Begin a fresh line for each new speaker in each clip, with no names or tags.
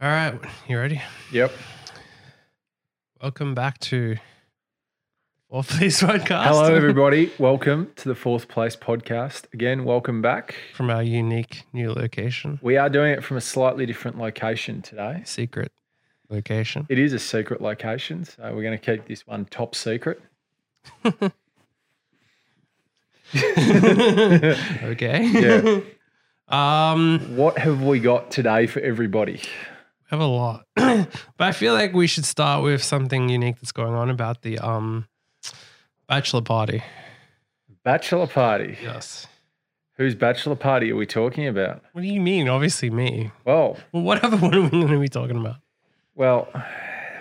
All right, you ready?
Yep.
Welcome back to Fourth Place Podcast.
Hello, everybody. welcome to the Fourth Place podcast. Again, welcome back.
From our unique new location,
We are doing it from a slightly different location today.
secret location.
It is a secret location, so we're going to keep this one top secret.
okay. Yeah. um,
What have we got today for everybody?
we have a lot, but I feel like we should start with something unique that's going on about the um bachelor party.
Bachelor party.
Yes.
Whose bachelor party are we talking about?
What do you mean? Obviously me.
Well,
Well, what other one are we going to be talking about?
well,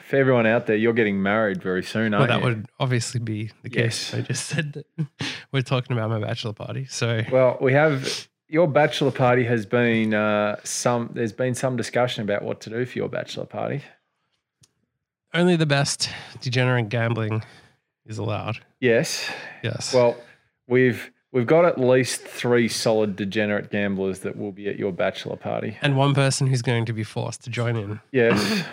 for everyone out there, you're getting married very soon,
well,
aren't
that
you?
would obviously be the case.
Oh, Yes.
I just said that we're talking about my bachelor party. So
Well, we have your bachelor party has been uh, some. There's been some discussion about what to do for your bachelor party.
only the best degenerate gambling is allowed.
Yes.
Yes.
Well, we've we've got at least three solid degenerate gamblers that will be at your bachelor party.
and one person who's going to be forced to join in.
Yes,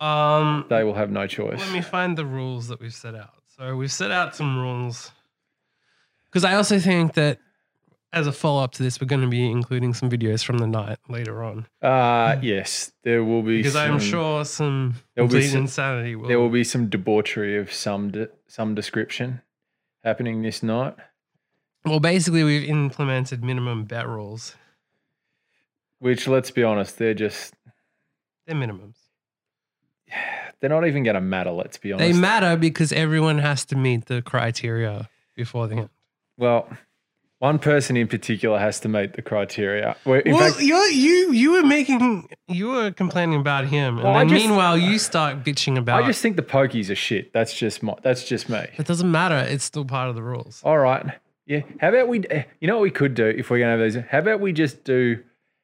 Um,
they will have no choice.
let me find the rules that we've set out. So we've set out some rules because I also think that as a follow up to this, we're going to be including some videos from the night later on
Uh yes, there will be
because I'm
some-
sure some
There'll be
complete
some-
insanity will,
there will be some debauchery of some de- some description happening this night.
Well, basically, we've implemented minimum bet rules.
Which, let's be honest, they're just
They're minimums.
they're not even going to matter. Let's be honest.
They matter because everyone has to meet the criteria before the end.
Well, one person in particular has to meet the criteria. Well, in
well,
fact,
you're, you you were making you were complaining about him, and
Well, I
then
just-
meanwhile you start bitching about.
I just think the pokies are shit. That's just my, that's just me.
it doesn't matter. It's still part of the rules.
All right. Yeah. How about we? eh, You know what we could do if we're gonna have those? How about we just do?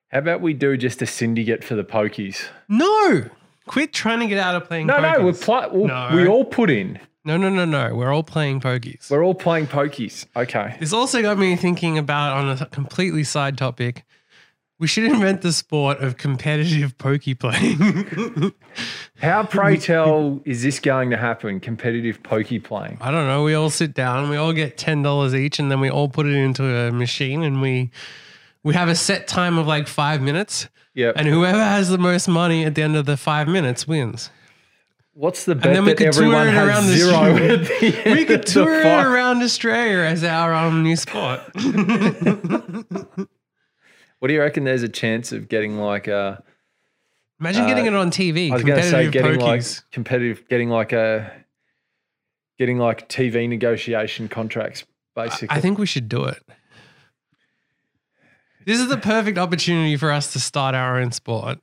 How about we do just a syndicate for the pokies?
No, quit trying to get out of playing.
No, no, we're
pokies.
pl- we'll,
No.
we all put in.
no, no, no, no. We're all playing pokies.
We're all playing pokies. Okay.
This also got me thinking about on a completely side topic. We should invent the sport of competitive pokey playing.
How pray tell is this going to happen? Competitive pokey playing.
I don't know. We all sit down, we all get ten dollars each, and then we all put it into a machine, and we we have a set time of like five minutes,
Yeah.
and whoever has the most money at the end of the five minutes wins.
What's the bet
then we
that
could tour
everyone
it
has
around the
zero?
street.
at the end
We
of
could
the
tour it
fight?
around Australia as our um, new sport.
What do you reckon? There's a chance of getting like a.
Imagine getting it on TV.
I was going to say getting like competitive, getting like a, getting like TV negotiation contracts, basically.
I think we should do it. This is the perfect opportunity for us to start our own sport.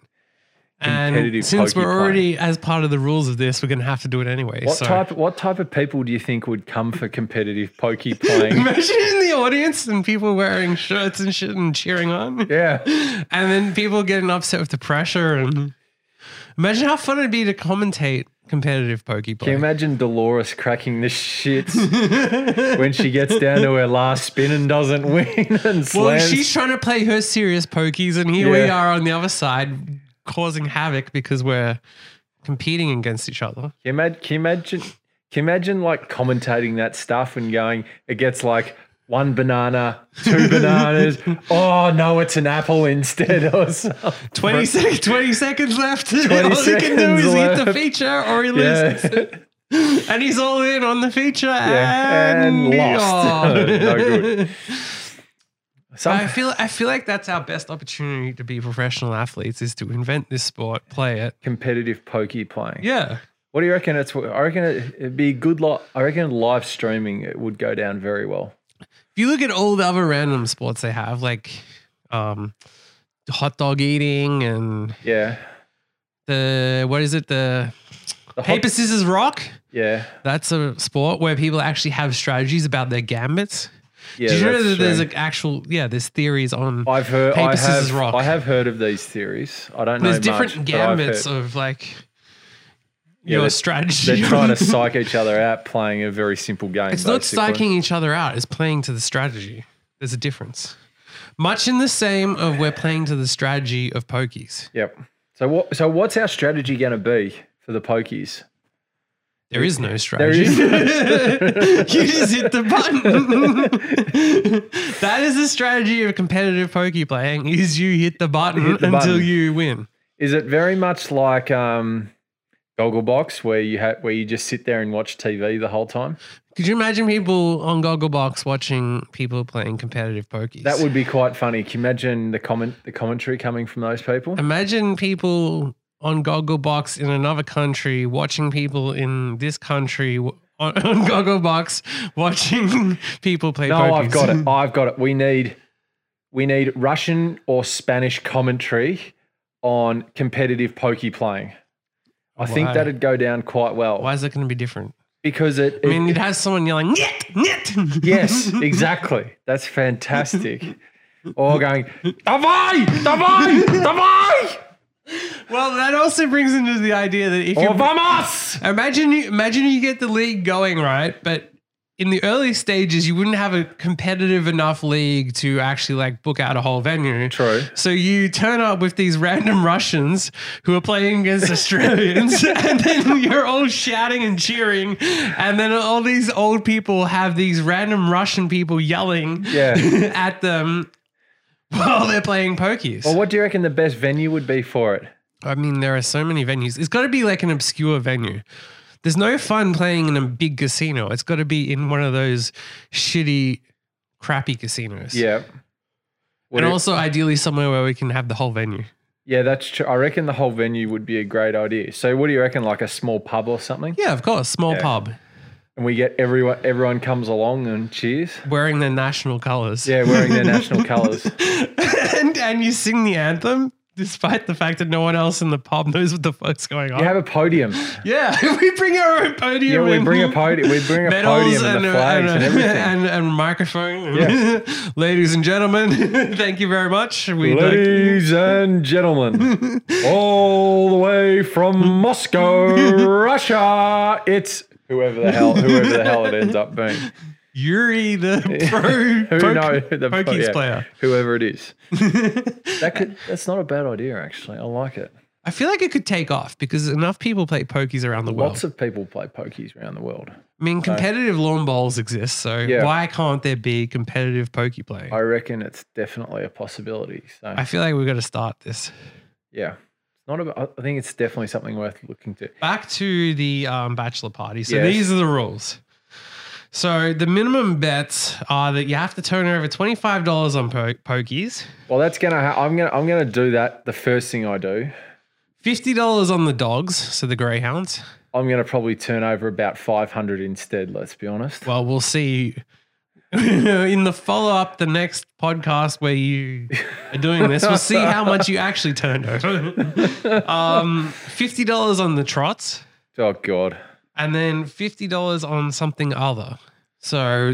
And
Competitive
since
pokey
we're already as part of the rules of this, we're going to have to do it anyway.
what
so.
type? What type of people do you think would come for competitive pokey playing?
Imagine in the audience and people wearing shirts and shit and cheering on.
yeah,
And then people getting upset with the pressure. And imagine how fun it'd be to commentate competitive pokey
can you
play.
imagine Dolores cracking the shits when she gets down to her last spin and doesn't win and slams?
Well, she's trying to play her serious pokies, and here we
Yeah.
are on the other side causing havoc because we're competing against each other.
Can you imagine? Can you imagine? Can you imagine like commentating that stuff and going? It gets like one banana, two bananas. Oh no, it's an apple instead or something.
20, sec- 20 seconds left. all he can do
seconds
is eat the
left.
feature or he loses.
Yeah.
And he's all in on the feature
Yeah,
and,
and lost.
oh.
No good. Some-
I feel I feel like that's our best opportunity to be professional athletes is to invent this sport, play it.
competitive pokey playing.
Yeah.
What do you reckon? It's I reckon it- it'd be a good lot. I reckon live streaming it would go down very well.
If you look at all the other random sports they have, like um, hot dog eating and
Yeah,
the what is it the
the hot-
paper scissors rock.
yeah,
That's a sport where people actually have strategies about their gambits.
yeah.
Did you know
that's
that there's
true.
an actual yeah? There's theories on.
I've heard.
paper,
I
scissors,
have.
rock?
I have heard of these theories. I don't know.
There's
much,
different
but I've heard-
gambits of like
Yeah,
your
they're-
strategy.
They're trying to psych each other out playing a very simple game.
It's not
basically.
psyching each other out. It's playing to the strategy. There's a difference. Much in the same of we're playing to the strategy of pokies.
Yep. So what? So what's our strategy going to be for the pokies?
There is no
There
strategy.
is-
you just hit the button. that is the strategy of competitive pokey playing: is you hit the button
Hit the
until
button.
you win.
Is it very much like um, Gogglebox, where you ha- where you just sit there and watch TV the whole time?
Could you imagine people on Gogglebox watching people playing competitive pokies?
That would be quite funny. Can you imagine the comment the commentary coming from those people?
imagine people on Gogglebox in another country watching people in this country w- on, on Gogglebox watching people play.
No,
pokies.
I've got it. I've got it. We need we need Russian or Spanish commentary on competitive pokey playing. I think
Why?
that'd go down quite well
Why is it going to be different?
because it.
I
it-
mean, it has someone yelling "Nyet, nyet."
yes, exactly. That's fantastic. All going, davai, davai, davai,
Well, that also brings into the idea that if
or
you
vamos.
imagine you imagine you get the league going right, but in the early stages you wouldn't have a competitive enough league to actually like book out a whole venue.
True.
So you turn up with these random Russians who are playing against Australians, and then you're all shouting and cheering, and then all these old people have these random Russian people yelling
Yeah.
at them while they're playing pokies.
Well, what do you reckon the best venue would be for it?
I mean, there are so many venues. It's got to be like an obscure venue. There's no fun playing in a big casino. It's got to be in one of those shitty, crappy casinos.
Yeah. Would
and
it-
also, ideally, somewhere where we can have the whole venue.
yeah, that's true. I reckon the whole venue would be a great idea. So, what do you reckon? Like a small pub or something?
Yeah, of course. Small
Yeah.
pub
and we get everyone everyone comes along and cheers.
wearing their national colors.
Yeah, wearing their national colours.
and, and you sing the anthem despite the fact that no one else in the pub knows what the fuck's going on.
You have a podium.
Yeah, we bring our own
Yeah,
podium.
we
and
bring a podium. We bring a
medals
podium and
and,
the
a-
flags and
a-
everything.
and- and microphone. Ladies and gentlemen, thank you very much. We like,
Ladies and gentlemen, all the way from Moscow, Russia, it's whoever the hell whoever the hell it ends up being.
Yuri, the pro
Who
poke-
knows? The po-
pokies
yeah,
player.
Whoever it is. That could that's not a bad idea actually. I like it.
I feel like it could take off because enough people play pokies around the world.
Lots of people play pokies around the world.
I mean, competitive lawn bowls exist, so
Yeah.
why can't there be competitive pokey play?
I reckon it's definitely a possibility. So
I feel like we've got to start this.
Yeah. It's not about, I think it's definitely something worth looking to.
back to the um, bachelor party. So
Yes.
these are the rules. So the minimum bets are that you have to turn over twenty five dollars on po- pokies,
Well, that's going to, ha- I'm going to, I'm going to do that. The first thing I do,
fifty dollars on the dogs, so the greyhounds.
I'm going to probably turn over about 500 instead. Let's be honest.
Well, we'll see in the follow up the next podcast where you are doing this. We'll see how much you actually turned over. um, fifty dollars on the trots.
Oh God.
and then fifty dollars on something other. So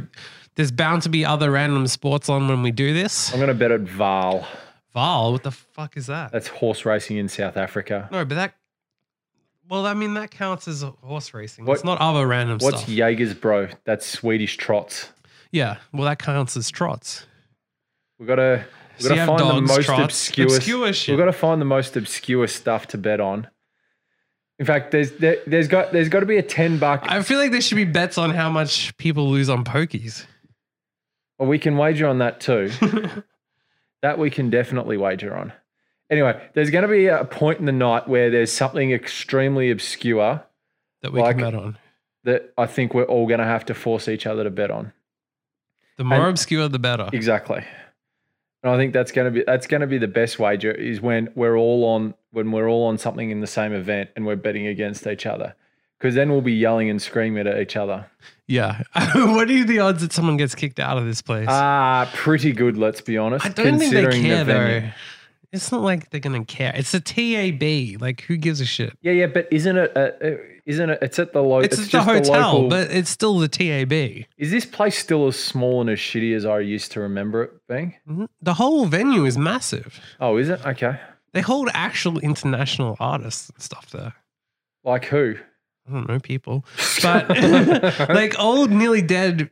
there's bound to be other random sports on when we do this.
I'm going to bet at Val.
Val, what the fuck is that?
That's horse racing in South Africa.
No, but that. Well, I mean that counts as horse racing.
What-
it's not other random
What's
stuff.
Jaeger's bro? That's Swedish trots.
yeah, well that counts as trots.
We've got to, we've
So you
got to
have
find
dogs,
the most
trots,
obscure,
obscure shit.
We've got to find the most obscure stuff to bet on. In fact, there's, there, there's got, there's got to be a 10 buck
I feel like there should be bets on how much people lose on pokies.
Well, we can wager on that too. that we can definitely wager on. Anyway, there's going to be a point in the night where there's something extremely obscure
That we
Like-
can bet on.
that I think we're all going to have to force each other to bet on.
The more
and-
obscure, the better.
Exactly. And I think that's going to be that's going to be the best wager is when we're all on when we're all on something in the same event and we're betting against each other. Because then we'll be yelling and screaming at each other.
Yeah. what are the odds that someone gets kicked out of this place?
Ah, pretty good. Let's be honest.
I don't think they
considering the
care
venue.
though. It's not like they're gonna care. It's a TAB. Like who gives a shit?
Yeah, yeah, but isn't it? Uh, uh, isn't it? It's at the local.
It's, at the hotel, but it's still the TAB.
is this place still as small and as shitty as I used to remember it being?
Mhm. The whole venue is massive.
Oh, is it? Okay.
They hold actual international artists and stuff there.
Like who?
I don't know people, but like old, nearly dead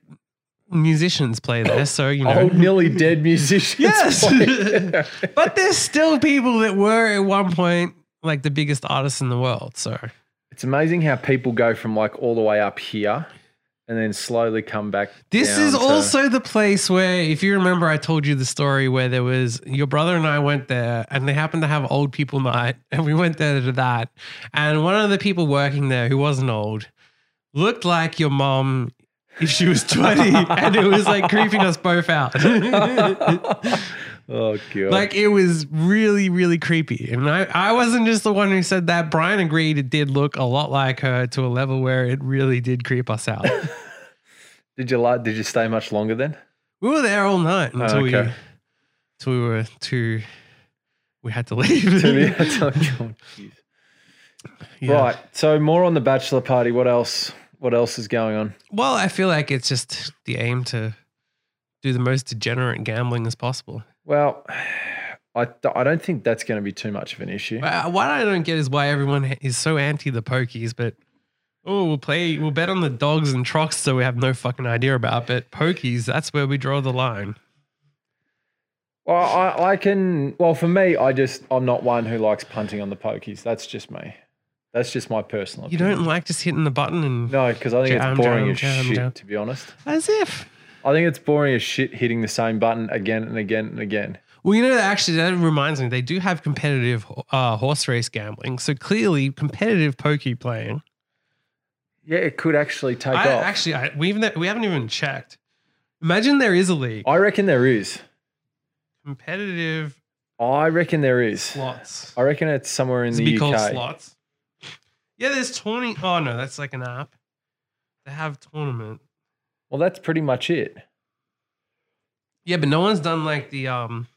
musicians play there. So you know,
Old, Oh, nearly dead musicians.
Yes.
play.
but there's still people that were at one point like the biggest artists in the world. So
It's amazing how people go from like all the way up here and then slowly come back.
this
down
is
to-
also the place where, if you remember, I told you the story where there was your brother and I went there, and they happened to have old people night, and we went there to that, and one of the people working there who wasn't old looked like your mom. If she was 20, and it was like creeping us both out.
oh god.
Like it was really, really creepy. And I, I wasn't just the one who said that. Brian agreed it did look a lot like her to a level where it really did creep us out.
did you like? Did you stay much longer then?
we were there all night
Oh,
until we
okay.
until we were too we had to leave.
Oh, God.
Yeah.
Right. So more on the bachelor party. What else? What else is going on?
Well, I feel like it's just the aim to do the most degenerate gambling as possible.
Well, I, th- I don't think that's going to be too much of an issue.
Uh, What I don't get is why everyone ha- is so anti the pokies, but oh, we'll play, we'll bet on the dogs and trucks, so we have no fucking idea about. But pokies, that's where we draw the line.
Well, I, I can. Well, for me, I just I'm not one who likes punting on the pokies. That's just me. That's just my personal.
You
opinion.
don't like just hitting the button and
No, because I think
Jam,
it's
jam,
boring as
jam,
shit.
jam.
To be honest,
as if.
I think it's boring as shit hitting the same button again and again and again.
Well, you know, actually, that reminds me, they do have competitive uh, horse race gambling. So clearly, competitive pokey playing.
Yeah, it could actually take
I,
off.
actually, I, we even we haven't even checked. Imagine there is a league
I reckon there is.
competitive
I reckon there is.
slots.
I reckon it's somewhere in
It's
the
be
UK.
called slots. Yeah, there's tourney. Oh no, that's like an app. They have tournament.
Well, that's pretty much it.
Yeah, but no one's done like the um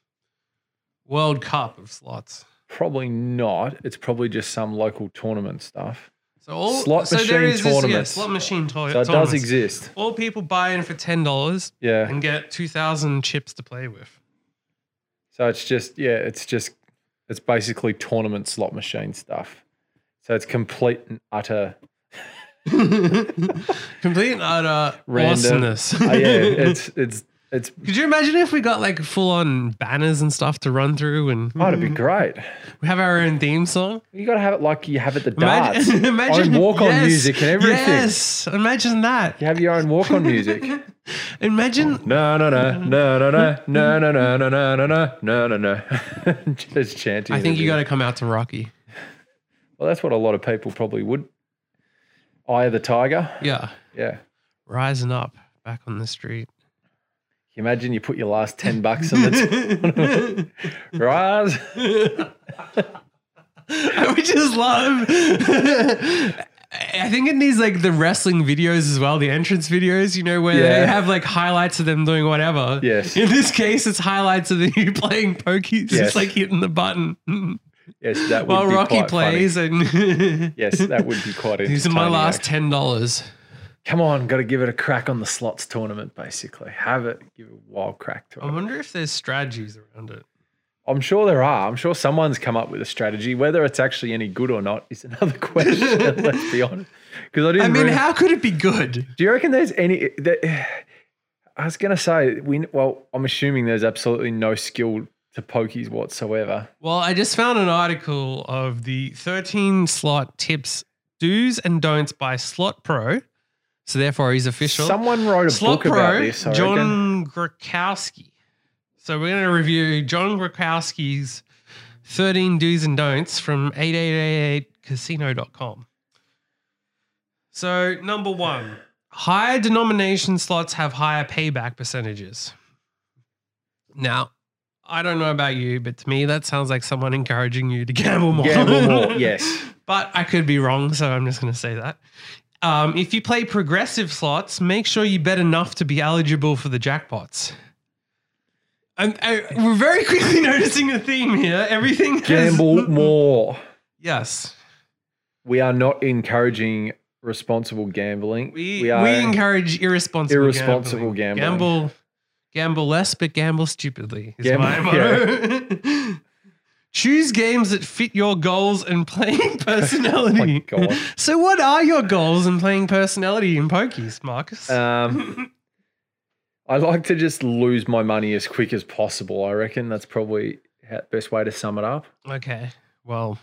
World Cup of slots.
Probably not. It's probably just some local tournament stuff.
So all
Slot
so there
machine
is this, Oh, yeah,
tournaments.
slot machine to-
So it does
tournaments.
exist.
All people buy in for ten dollars
Yeah.
and get two thousand chips to play with.
So it's just yeah, it's just it's basically tournament slot machine stuff. So it's complete and utter.
Complete and utter
Random.
awesomeness.
Oh, yeah, it's it's it's.
Could you imagine if we got like full on banners and stuff to run through and
Oh, it'd be great.
we have our own theme song?
You gotta have it like you have at the darts.
Imagine, imagine
Own walk-on music and everything.
Yes, imagine that.
You have your own walk on music.
Imagine
No, no, no, no, no, no, no, no, no, no, no, no, no, no, no, no. Just chanting.
I think you got
to.
to come out to Rocky.
Well, that's what a lot of people probably would. Eye of the tiger.
Yeah,
Yeah.
rising up back on the street.
Can you Imagine you put your last ten bucks in the t- rise.
I would just love. I think it needs like the wrestling videos as well, the entrance videos, you know, where they
Yeah.
have like highlights of them doing whatever.
Yes.
In this case, it's highlights of you playing pokies, just
Yes.
like hitting the button
Yes, that would
while
be
Rocky
quite funny.
plays. And
Yes, that would be quite interesting.
these are my last ten dollars.
Come on, got to give it a crack on the slots tournament. Basically, have it, give it a wild crack to
I
it.
wonder if there's strategies around it.
I'm sure there are. I'm sure someone's come up with a strategy. Whether it's actually any good or not is another question. let's be honest, because I didn't.
I mean,
really-
how could it be good?
Do you reckon there's any? That, I was gonna say we. Well, I'm assuming there's absolutely no skill to pokies whatsoever.
Well, I just found an article of the 13 slot tips, do's and don'ts by Slot Pro. So therefore, he's official.
Someone wrote a
Slot
book about
Pro,
this. I reckon.
John Grakowski. So we're going to review John Grakowski's 13 do's and don'ts from 8888casino.com. So, number one, higher denomination slots have higher payback percentages. Now, I don't know about you, but to me, that sounds like someone encouraging you to gamble more.
Gamble more, yes.
But I could be wrong, so I'm just going to say that. Um, if you play progressive slots, make sure you bet enough to be eligible for the jackpots. And uh, we're very quickly noticing a theme here. Everything has-
Gamble more.
Yes,
We are not encouraging responsible gambling.
we
we
we,
are
encourage irresponsible
Irresponsible gambling.
Gamble, gamble less, but gamble stupidly. Is
Gamble-
my motto. Choose games that fit your goals and playing personality.
Oh my God.
So, what are your goals in playing personality in pokies, Marcus?
Um, I like to just lose my money as quick as possible. I reckon that's probably the best way to sum it up.
Okay. Well,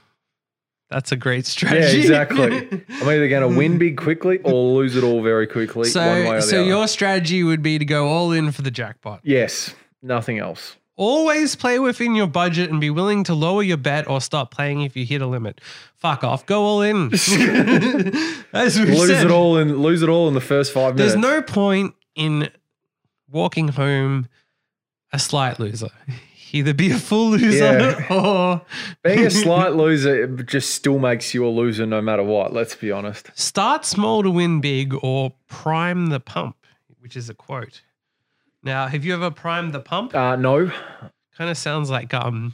That's a great
Yeah,
strategy.
exactly. I'm either going to win big quickly or lose it all very quickly. one way
so,
or the
so
other.
your strategy would be to go all in for the jackpot.
yes, nothing else.
Always play within your budget and be willing to lower your bet or stop playing if you hit a limit. Fuck off. Go all in. As we
Lose
said,
it all in lose it all in the first five
There's
minutes.
no point in walking home a slight loser. Either be a full loser
Yeah.
or
Being a slight loser it just still makes you a loser no matter what. Let's be honest.
start small to win big or prime the pump, which is a quote. Now, have you ever primed the pump?
Uh, no,
Kind of sounds like um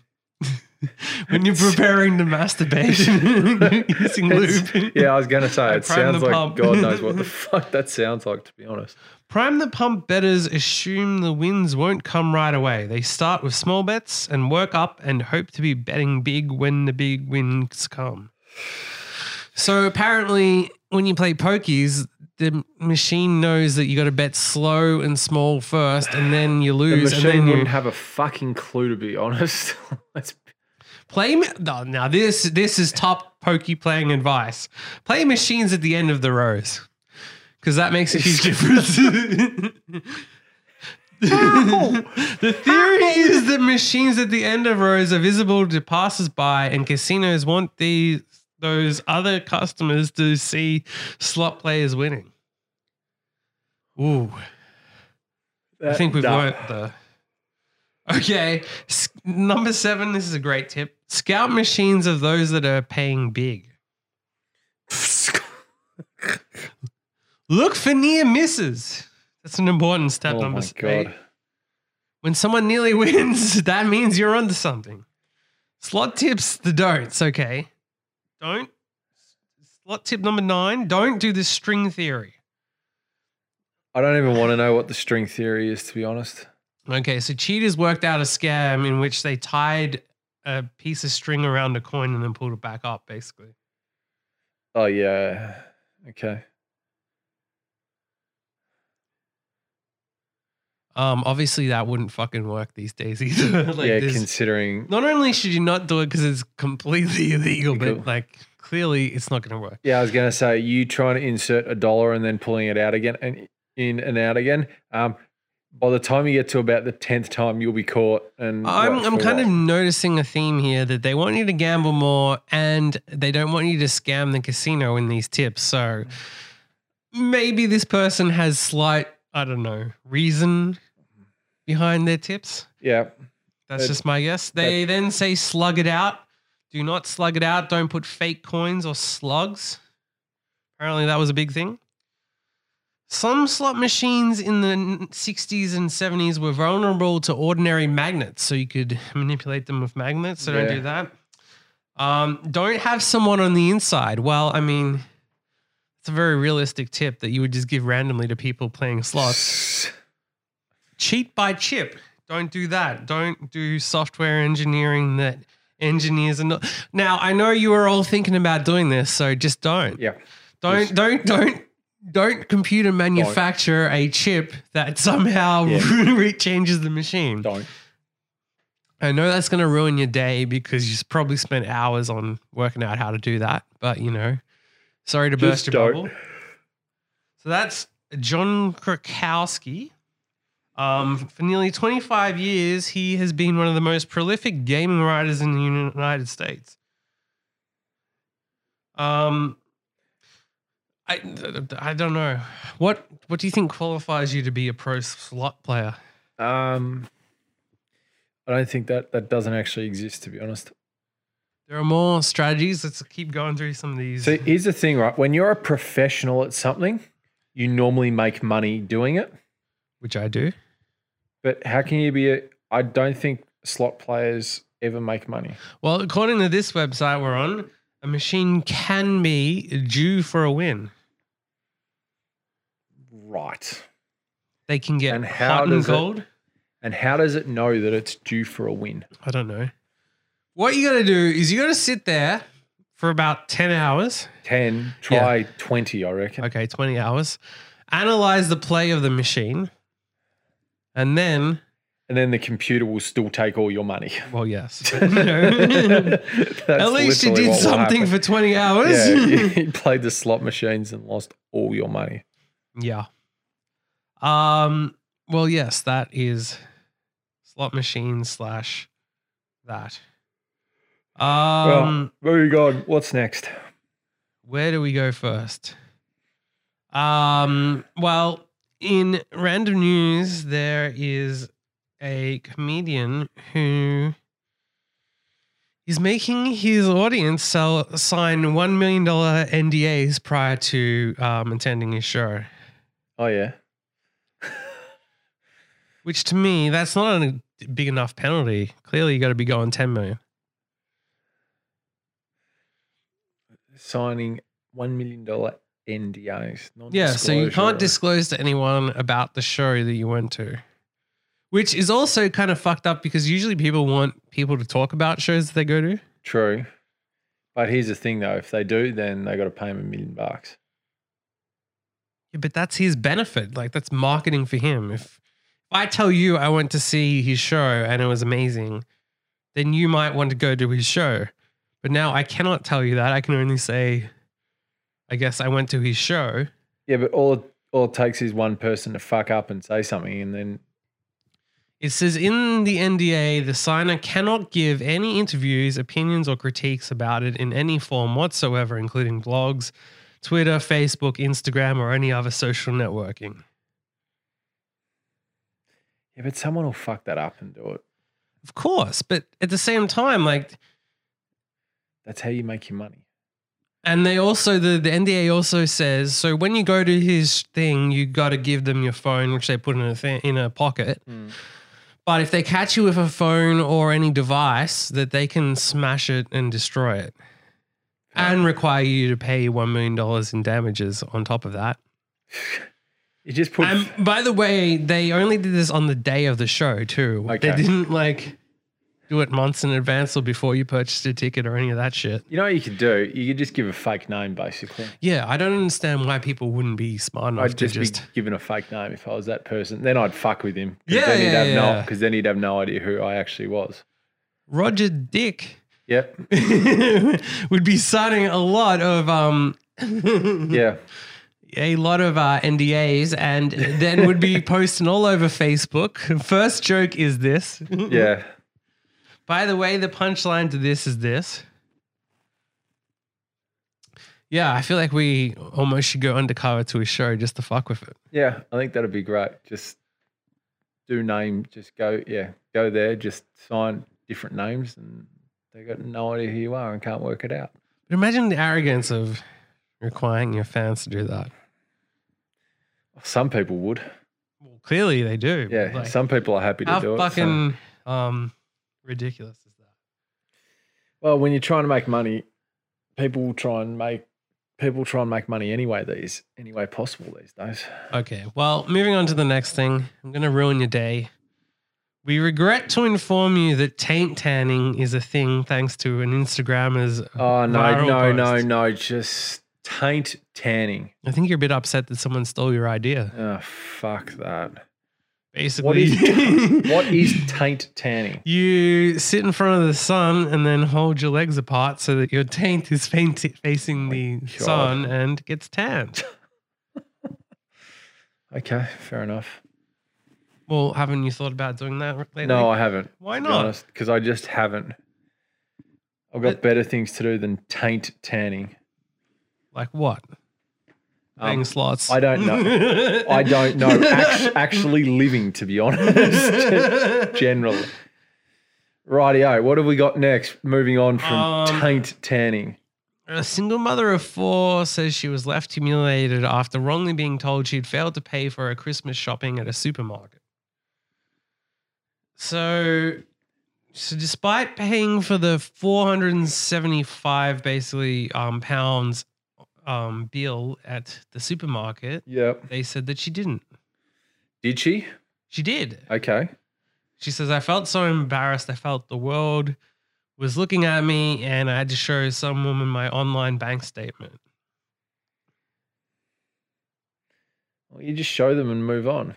when you're preparing to masturbation using
It's-
lube.
yeah, I was going to say
I primed
it sounds
the
like
pump.
God knows what the fuck that sounds like. To be honest,
Prime the pump betters assume the wins won't come right away. They start with small bets and work up and hope to be betting big when the big wins come. So apparently, when you play pokies, the machine knows that you got to bet slow and small first, and then you
the
lose. and
machine
then you
wouldn't have a fucking clue. To be honest, Let's-
Play ma- no, now this this is top pokey playing advice. Play machines at the end of the rows because that makes a huge difference. the theory is that machines at the end of rows are visible to passers-by, and casinos want these those other customers to see slot players winning. Ooh. I think we've
Nah.
learnt the. Okay, s- number seven. This is a great tip. Scout machines of those that are paying big. Look for near misses. That's an important step.
Oh
number
my
s- eight.
god.
When someone nearly wins, that means you're onto something. Slot tips the don'ts. Okay, don't. Slot tip number nine. Don't do the string theory.
I don't even want to know what the string theory is, to be honest.
Okay, so cheaters worked out a scam in which they tied a piece of string around a coin and then pulled it back up, basically.
Oh yeah. Okay.
Um, obviously that wouldn't fucking work these days either. like,
yeah,
there's-
considering.
not only should you not do it because it's completely illegal,
Illegal.
but like clearly it's not going to work.
Yeah, I was gonna say you trying to insert a dollar and then pulling it out again and in and out again. Um, by the time you get to about the tenth time, you'll be caught. And
I'm,
what
I'm
Mm, for
kind of
what?
noticing a theme here that they want you to gamble more and they don't want you to scam the casino in these tips. So maybe this person has slight, I don't know, reason behind their tips.
yeah.
That's
That-
just my guess. They then say slug it out. Do not slug it out. Don't put fake coins or slugs. Apparently, that was a big thing. Some slot machines in the n- 60s and 70s were vulnerable to ordinary magnets, so you could manipulate them with magnets. So don't
Yeah.
do that. Um, don't have someone on the inside. Well, I mean, it's a very realistic tip that you would just give randomly to people playing slots cheat by chip. Don't do that. Don't do software engineering that engineers are not. Now I know you were all thinking about doing this, so just don't.
Yeah.
Don't
Just-
don't don't don't computer manufacture a chip that somehow re changes the machine.
Don't.
I know that's going to ruin your day because you probably spent hours on working out how to do that, but you know, sorry to burst
Just
your
don't.
bubble. So that's John Krakowski. Um, for nearly 25 years, he has been one of the most prolific gaming writers in the United States. Um, I, I don't know. What, what do you think qualifies you to be a pro slot player?
Um, I don't think that that doesn't actually exist, to be honest.
There are more strategies. Let's keep going through some of these.
So here's the thing, right? When you're a professional at something, you normally make money doing it.
which I do.
But how can you be a? I don't think slot players ever make money.
Well, according to this website we're on, a machine can be due for a win.
Right.
They can get
And how
hot and
does it-
cold.
And how does it know that it's due for a win?
I don't know. What you got to do is you got to sit there for about 10 hours.
10, try 20, I reckon.
Okay, 20 hours. Analyze the play of the machine. And then
and then the computer will still take all your money.
Well, yes. but, you know, At least you did something for 20 hours.
Yeah, he played the slot machines and lost all your money.
Yeah. Um. Well, yes, that is slot machine slash that. Um.
well, very good. What's next?
where do we go first? Um. Well, in random news, there is a comedian who is making his audience sell, sign one million dollar NDAs prior to um, attending his show.
Oh yeah,
Which to me, that's not a big enough penalty. Clearly, you got to be going 10 million.
signing one million dollar NDAs.
Yeah, so you can't
disclosure.
disclose to anyone about the show that you went to, which is also kind of fucked up because usually people want people to talk about shows that they go to.
True, but here's the thing though: if they do, then they got to pay him a million bucks.
Yeah, but that's his benefit. Like, that's marketing for him. If, if I tell you I went to see his show and it was amazing, then you might want to go to his show. But now I cannot tell you that. I can only say, I guess I went to his show.
Yeah, but all all it takes is one person to fuck up and say something, and then
It says in the NDA, the signer cannot give any interviews, opinions, or critiques about it in any form whatsoever, including blogs, Twitter, Facebook, Instagram, or any other social networking.
yeah, but someone will fuck that up and do it.
Of course, but at the same time, like,
That's how you make your money.
and they also, the, the NDA also says, so when you go to his thing, you got to give them your phone, which they put in a, th- in a pocket. But if they catch you with a phone or any device, that they can smash it and destroy it. and require you to pay $1 million in damages on top of that.
you just put
And by the way, they only did this on the day of the show, too. They
Okay.
didn't like do it months in advance or before you purchased a ticket or any of that shit.
You know what you could do? You could just give a fake name, basically.
Yeah, I don't understand why people wouldn't be smart enough
I'd
to
just,
just.
be given a fake name if I was that person. Then I'd fuck with him. 'Cause
Yeah,
then he'd
yeah,
have No,
yeah.
because then he'd have no idea who I actually was.
Roger Dick
Yep.
would be signing a lot of um,
Yeah.
a lot of uh, NDAs and then would be posting all over Facebook. First joke is this.
Yeah.
By the way, the punchline to this is this. Yeah, I feel like we almost should go undercover to a show just to fuck with it.
Yeah. I think that'd be great. Just do name. Just go. Yeah. Go there. Just sign different names, and they got no idea who you are and can't work it out.
But imagine the arrogance of requiring your fans to do that.
Some people would.
Well, clearly they do.
Yeah.
Like,
some people are happy to
how
do it. some-
fucking um, ridiculous is that?
Well, when you're trying to make money, people will try and make people try and make money anyway these any way possible these days.
Okay, well, moving on to the next thing. I'm going to ruin your day. We regret to inform you that taint tanning is a thing thanks to an Instagrammer's.
Oh no,
viral
no, no,
post.
no. Just taint tanning.
I think you're a bit upset that someone stole your idea.
Oh fuck that.
basically.
What is what is taint tanning?
You sit in front of the sun and then hold your legs apart so that your taint is faint- facing the
Oh God.
sun and gets tanned.
Okay, fair enough.
Well, haven't you thought about doing that lately?
No, I haven't.
Why not?
Because I just haven't. I've got
But-
better things to do than taint tanning.
Like what?
Um,
Bang slots.
I don't know. I don't know. Act- actually living, to be honest. generally. Rightio, what have we got next? Moving on from
Um,
taint tanning.
A single mother of four says she was left humiliated after wrongly being told she'd failed to pay for her Christmas shopping at a supermarket. So, so despite paying for the 475 basically um, pounds um, bill at the supermarket,
Yep.
they said that she didn't.
Did she?
She did.
Okay.
She says, I felt so embarrassed. I felt the world was looking at me and I had to show some woman my online bank statement.
Well, you just show them and move on.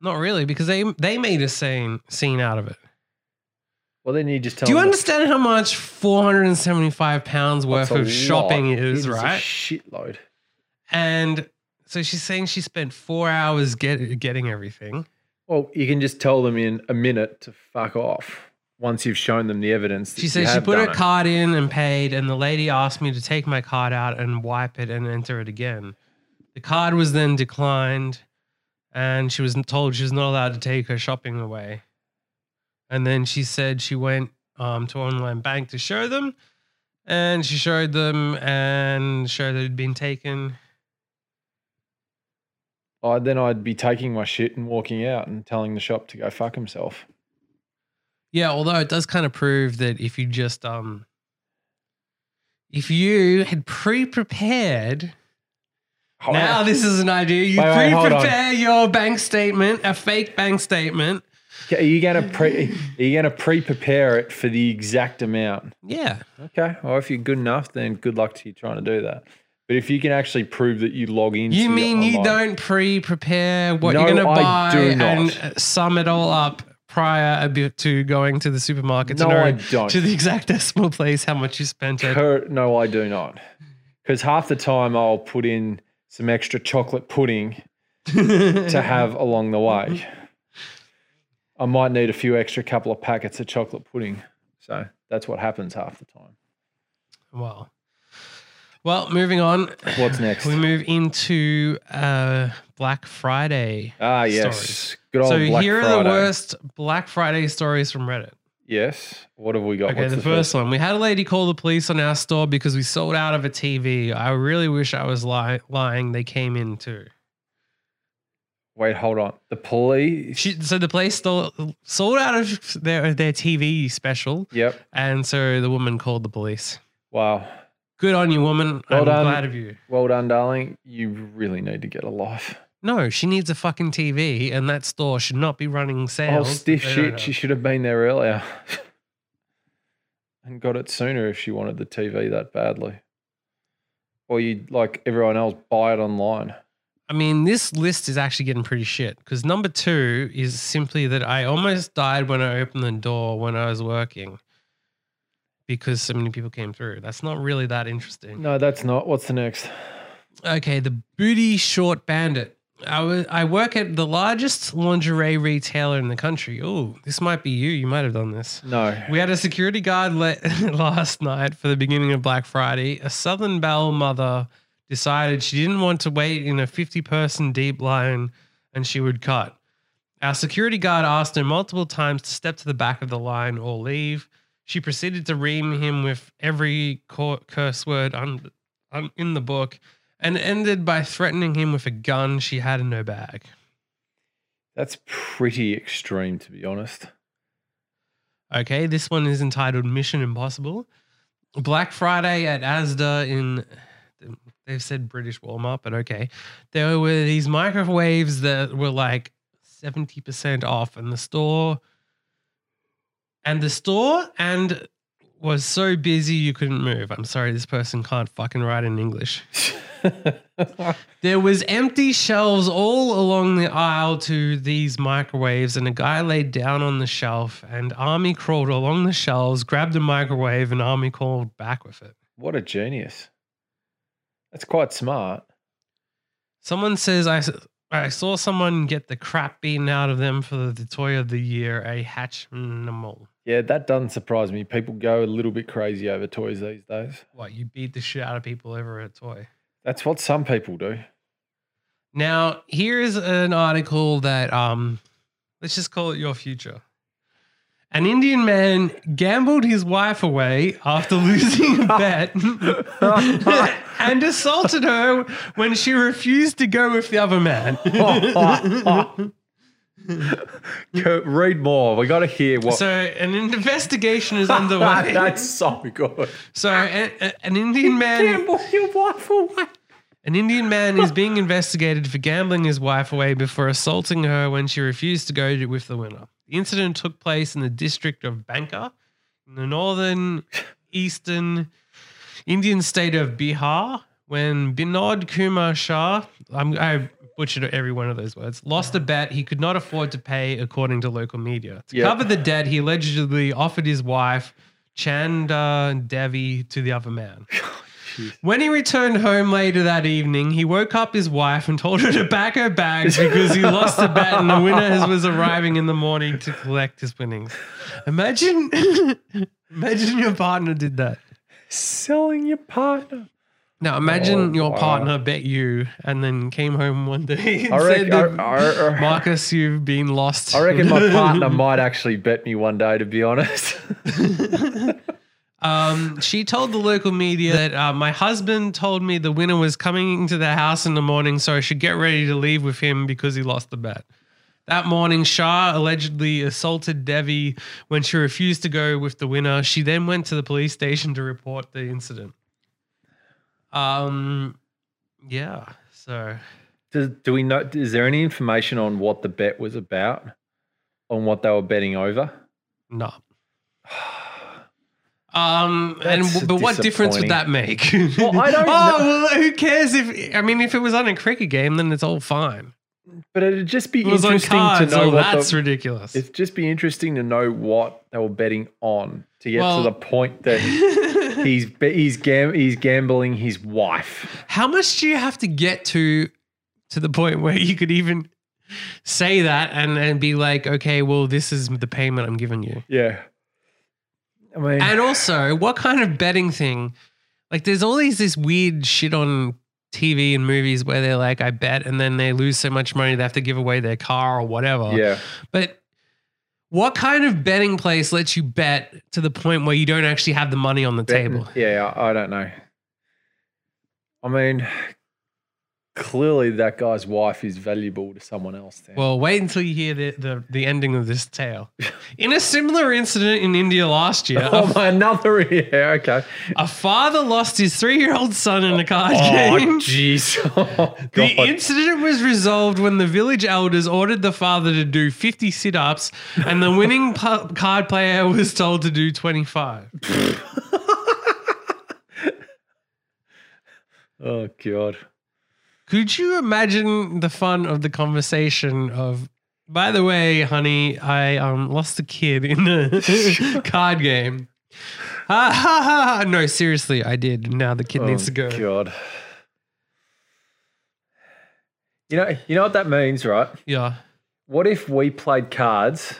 Not really, because they they made a scene scene out of it.
Well, then you just tell
Do you
them
understand how much 475 pounds
that's
worth
a
of shopping
lot.
is,
It a
right?
shitload.
And so she's saying she spent four hours get, getting everything.
Well, you can just tell them in a minute to fuck off once you've shown them the evidence. That
She
you
says she
have
put
done
her
it.
card in and paid, and the lady asked me to take my card out and wipe it and enter it again. The card was then declined, and she was told she was not allowed to take her shopping away. And then she said she went um, to online bank to show them, and she showed them and showed that it had been taken.
I, Oh, then I'd be taking my shit and walking out and telling the shop to go fuck himself.
Yeah, although it does kind of prove that if you just um if you had pre-prepared
Hold
now
on.
this is an idea. You
Oh, Wait, wait, hold on.
pre-prepare your bank statement, a fake bank statement.
are you gonna pre? Are you gonna pre-prepare it for the exact amount?
Yeah.
Okay. Well, if you're good enough, then good luck to you trying to do that. But if you can actually prove that you log in,
You
to
mean you
online-
don't pre-prepare what
No,
you're gonna
I
buy
do not.
and sum it all up prior a bit to going to the supermarket
No,
to know
I don't.
to the exact decimal place how much you spent it.
Cur- no, I do not. Because half the time I'll put in some extra chocolate pudding to have along the way. I might need a few extra couple of packets of chocolate pudding. So that's what happens half the time.
well. Well, moving on.
What's next?
We move into uh, Black Friday.
Ah, yes.
Stories.
Good old
so
Black
here
Friday.
are the worst Black Friday stories from Reddit.
Yes. What have we got?
Okay,
What's
the, first one. We had a lady call the police on our store because we sold out of a TV. I really wish I was li- lying. They came in too.
Wait, hold on. The police.
She, so the place stole, sold out of their their TV special,
Yep.
and so the woman called the police.
Wow.
Good on you, woman.
Well
I'm
done.
glad of you.
Well done, darling. You really need to get a life.
No, she needs a fucking TV, and that store should not be running
Oh,
sales.
stiff
They don't know.
shit. She should have been there earlier and got it sooner if she wanted the TV that badly. Or you'd like everyone else buy it online.
I mean, this list is actually getting pretty shit because number two is simply that I almost died when I opened the door when I was working because so many people came through. That's not really that interesting.
No, that's not. What's the next?
Okay, the booty short bandit. I wa- I work at the largest lingerie retailer in the country. Oh, this might be you. You might have done this.
No.
We had a security guard le- last night for the beginning of Black Friday. A Southern Belle mother decided she didn't want to wait in a 50 person deep line and she would cut. Our security guard asked her multiple times to step to the back of the line or leave. She proceeded to ream him with every cor- curse word un- un- in the book and ended by threatening him with a gun she had in her bag.
That's pretty extreme, to be honest.
Okay, this one is entitled Mission Impossible. Black Friday at Asda in they've said British Walmart, but okay. There were these microwaves that were like 70% off and the store and the store and was so busy you couldn't move. I'm sorry this person can't fucking write in English. There was empty shelves all along the aisle to these microwaves, and a guy laid down on the shelf, and Army crawled along the shelves, grabbed a microwave, and Army crawled back with it.
what a genius. That's quite smart.
Someone says, I, s- I saw someone get the crap beaten out of them for the toy of the year, a Hatchimal.
Yeah, that doesn't surprise me. People go a little bit crazy over toys these days.
What, you beat the shit out of people over a toy?
That's what some people do.
Now, here's an article that um let's just call it your future. An Indian man gambled his wife away after losing a bet and assaulted her when she refused to go with the other man.
Co- Read more. We got to hear what.
So, an investigation is underway.
That's so good.
so, a- a- an Indian man
your wife away.
An Indian man is being investigated for gambling his wife away before assaulting her when she refused to go to- with the winner. The incident took place in the district of Banka in the northern eastern Indian state of Bihar, when Binod Kumar Shah, I'm, I butchered every one of those words, lost a bet he could not afford to pay, according to local media. To
Yep.
cover the debt, he allegedly offered his wife, Chanda Devi, to the other man. When he returned home later that evening, he woke up his wife and told her to back her bags because he lost a bet and the winner has- was arriving in the morning to collect his winnings. Imagine, imagine your partner did that.
Selling your partner.
Now imagine
Oh,
your
wow.
partner bet you and then came home one day and
I
said,
reckon,
that,
I, I- I-
Marcus, you've been lost.
I reckon my partner might actually bet me one day, to be honest.
Um, she told the local media that uh, my husband told me the winner was coming into the house in the morning, so I should get ready to leave with him because he lost the bet. That morning, Shah allegedly assaulted Devi when she refused to go with the winner. She then went to the police station to report the incident. Um, yeah. So
Does, do we know? Is there any information on what the bet was about? On what they were betting over?
no. Um,
That's
and but what difference would
disappointing.
that make?
Well, I
oh
don't know.
well, who cares if I mean if it was on a cricket game, then it's all fine.
But it'd just be
It was on
interesting to
cards.
know
oh,
what
that's
the,
ridiculous.
It'd just be interesting to know what they were betting on to get
Well-
to the point that he's be- he's gam- he's gambling his wife.
How much do you have to get to to the point where you could even say that and and be like, okay, well, this is the payment I'm giving you.
Yeah. I mean,
And also, what kind of betting thing? Like, there's all these this weird shit on TV and movies where they're like, I bet, and then they lose so much money they have to give away their car or whatever.
yeah.
But what kind of betting place lets you bet to the point where you don't actually have the money on the table?
Yeah, I I don't know. I mean, clearly that guy's wife is valuable to someone else. Then.
Well, wait until you hear the, the, the ending of this tale. In a similar incident in India last year,
oh,
a,
my, another. Yeah, okay.
a father lost his three year old son in a card
Oh,
game.
jeez. Oh,
The
God.
incident was resolved when the village elders ordered the father to do 50 sit ups, and the winning pa- card player was told to do 25.
oh, God.
Could you imagine the fun of the conversation of, by the way, honey, I um, lost a kid in a card game? Ha, ha, ha. No, seriously, I did. Now the kid needs
Oh,
to go.
God. You know, you know what that means, right?
Yeah.
What if we played cards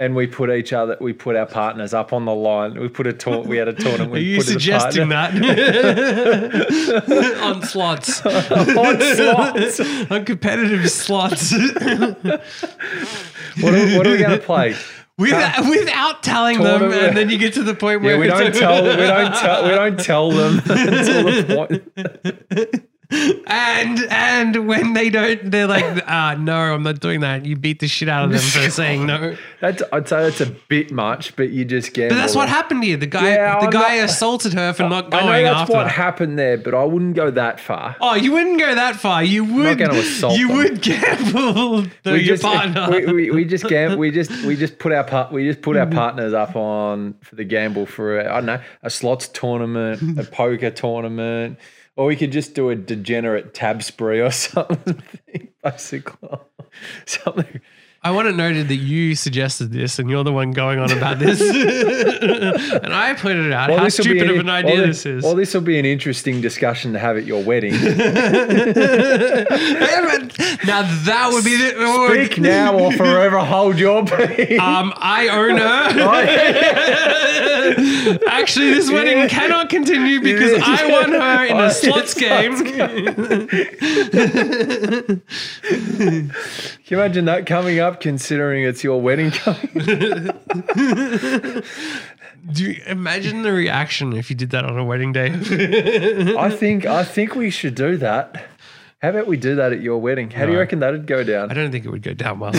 and we put each other, we put our partners up on the line? We put a tour, we had a tournament.
Are
we
you
put it
suggesting
apart.
that? On slots.
On slots.
On competitive slots.
What are, what are we going to play?
without, without telling them,
Tournament.
and then you get to the point where
Yeah, we
it's
don't
over.
tell. We don't tell. We don't tell them until the point.
And and when they don't, they're like, uh, no, I'm not doing that. You beat the shit out of them for saying no.
That's. I'd say that's a bit much, but you just gamble.
But that's what
happened.
happened here. The guy,
Yeah,
the
I'm
guy
not-
assaulted her for not going
I know that's
after.
what
that.
happened there, but I wouldn't go that far.
Oh, you wouldn't go that far. You would.
gonna assault
you
them.
would gamble the,
We
your
just,
partner.
we, we, we just gam- we just we just put our part we just put our
Mm-hmm.
partners up on for the gamble for I I don't know a slots tournament, a poker tournament, or we could just do a degenerate tab spree or something, basically something.
I want it noted that you suggested this, and you're the one going on about this. and I pointed out how
this will be
stupid of an idea
well,
this is.
Well, this will be an interesting discussion to have at your wedding.
now that would be the
Speak now or forever hold your peace.
Um, I own her. Actually, this wedding cannot continue because
Yeah.
I won her in
I-
a slots game.
Can you imagine that coming up considering it's your wedding coming?
Do you imagine the reaction if you did that on a wedding day?
I think I think we should do that. How about we do that at your wedding? How do you reckon that'd go
I
down?
don't think it would go down well.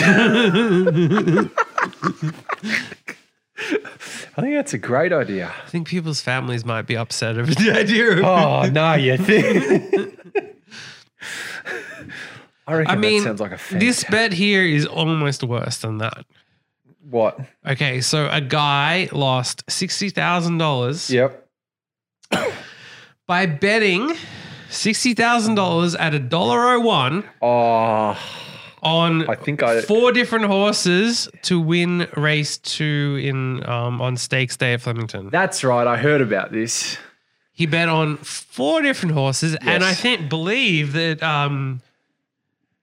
I think that's a great idea.
I think people's families might be upset over the idea. Of,
Oh no, you think? I reckon
I mean,
that sounds like a fan.
this bet here is almost worse than that.
what?
Okay, so a guy lost sixty thousand dollars
Yep.
by betting sixty thousand dollars at a dollar oh one
Oh,
on
I think I.
four different horses to win race two in um, on stakes day at Flemington.
That's right. I heard about this.
He bet on four different horses, and I
Yes.
think believe that um,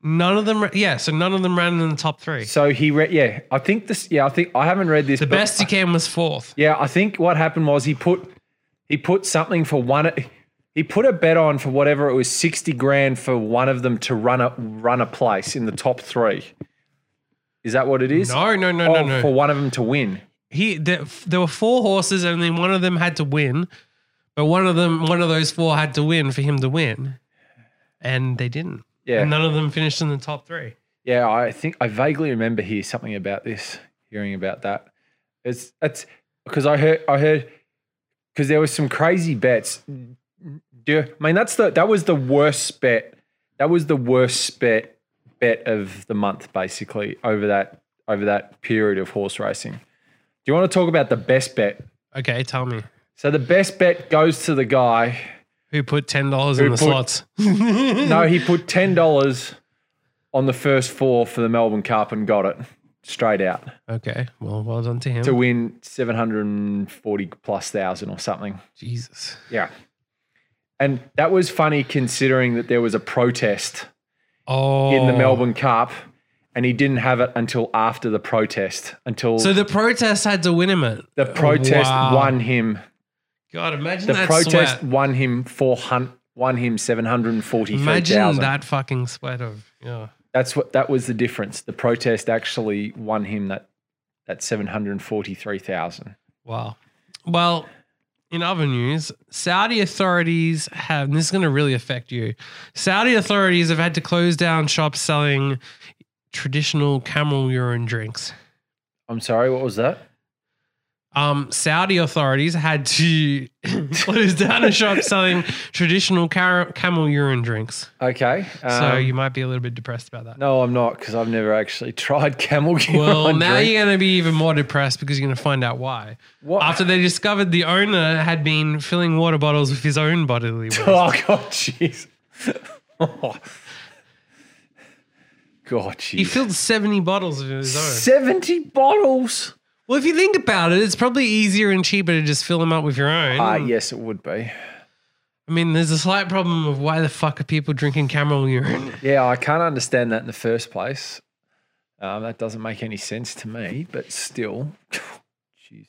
none of them. ra- Yeah, so none of them ran in the top three.
So he read. Yeah, I think this. Yeah, I think I haven't read this.
The
but-
best he came was fourth.
Yeah, I think what happened was he put he put something for one. He put a bet on for whatever it was sixty grand for one of them to run a run a place in the top three. Is that what it is?
No, no, no,
Oh,
no, no.
For one of them to win.
He there, there were four horses, and then one of them had to win, but one of them, one of those four, had to win for him to win, and they didn't.
Yeah,
And none of them finished in the top three.
yeah. I think I vaguely remember here something about this, hearing about that. It's it's because I heard I heard because there was some crazy bets. Do I mean that's the that was the worst bet. That was the worst bet bet of the month basically over that over that period of horse racing. Do you want to talk about the best bet?
Okay, tell me
So the best bet goes to the guy.
who put ten dollars in the
put-
slots.
No, he put ten dollars on the first four for the Melbourne Cup and got it straight out
Okay, well, well done to him.
to win seven hundred and forty plus thousand or something.
Jesus.
Yeah. And that was funny considering that there was a protest
Oh,
in the Melbourne Cup and he didn't have it until after the protest, until
Oh. So the protest had to win him it. Oh,
the protest
Wow.
won him.
God, imagine
The
that
protest
sweat.
won him 400 won him
Imagine
743,000.
that fucking sweat of yeah.
That's what that was the difference. The protest actually won him that that 743,000.
Wow. Well, in other news, Saudi authorities have, and this is going to really affect you. Saudi authorities have had to close down shops selling traditional camel urine drinks.
I'm sorry, what was that?
Um, Saudi authorities had to close down a shop selling traditional car- camel urine drinks.
Okay.
so
um,
you might be a little bit depressed about that.
no, I'm not because I've never actually tried camel
Well, now
drink.
you're going to be even more depressed because you're going to find out why.
What?
After they discovered the owner had been filling water bottles with his own bodily waste.
Oh God, jeez. Oh. God,
He
jeez.
filled 70 bottles of his own.
Seventy bottles.
Well, if you think about it, it's probably easier and cheaper to just fill them up with your own.
Ah, yes, it would be.
I mean, there's a slight problem of why the fuck are people drinking camel urine?
Yeah, I can't understand that in the first place. Um, that doesn't make any sense to me. But still, jeez.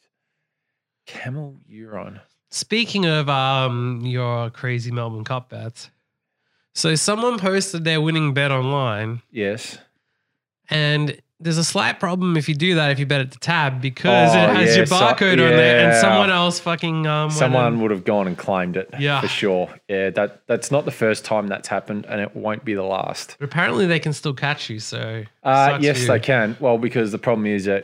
Camel urine.
Speaking of um, your crazy Melbourne Cup bets, so someone posted their winning bet online,
Yes.
and there's a slight problem if you do that if you bet at the tab because
Oh,
it has your
yeah, so-
barcode on there, and
yeah.
someone else fucking um, went
Someone
and-
would have gone and claimed it.
Yeah.
For sure. Yeah. That that's not the first time that's happened, and it won't be the last.
But apparently, they can still catch you. So
Uh,
sucks
yes,
you.
they can. Well, because the problem is that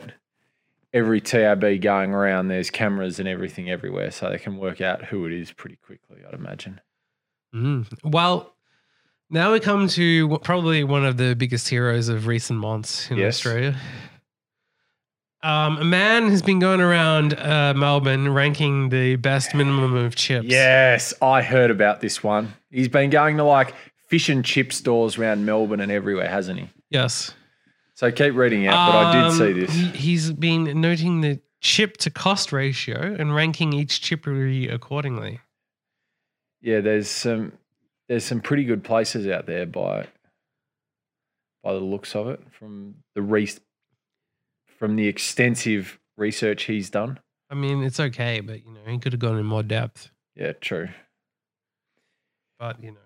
every TRB going around, there's cameras and everything everywhere, so they can work out who it is pretty quickly. I'd imagine.
Mm. Well, now we come to wh- probably one of the biggest heroes of recent months in
Yes.
Australia. Um, a man has been going around uh, Melbourne ranking the best minimum of chips.
Yes, I heard about this one. He's been going to like fish and chip stores around Melbourne and everywhere, hasn't he?
Yes.
So keep reading out, but I did
Um,
see this.
he- He's been noting the chip to cost ratio and ranking each chippery accordingly.
Yeah, there's some there's some pretty good places out there by by the looks of it from the re- from the extensive research he's done.
I mean, it's okay, but you know, he could have gone in more depth.
Yeah, true.
But you know,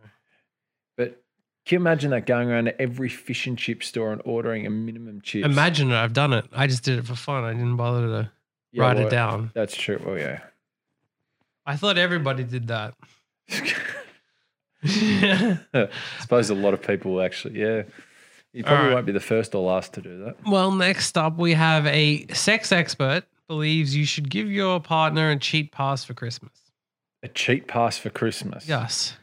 But can you imagine that going around to every fish and chip store and ordering a minimum chips?
imagine it. I've done it. I just did it for fun. I didn't bother to
Yeah,
write
well,
it down.
That's true. Well, yeah.
I thought everybody did that.
suppose a lot of people actually, yeah. You probably
Alright.
won't be the first or last to do that.
well, next up, we have a sex expert believes you should give your partner a cheat pass for Christmas.
A cheap pass for Christmas.
Yes.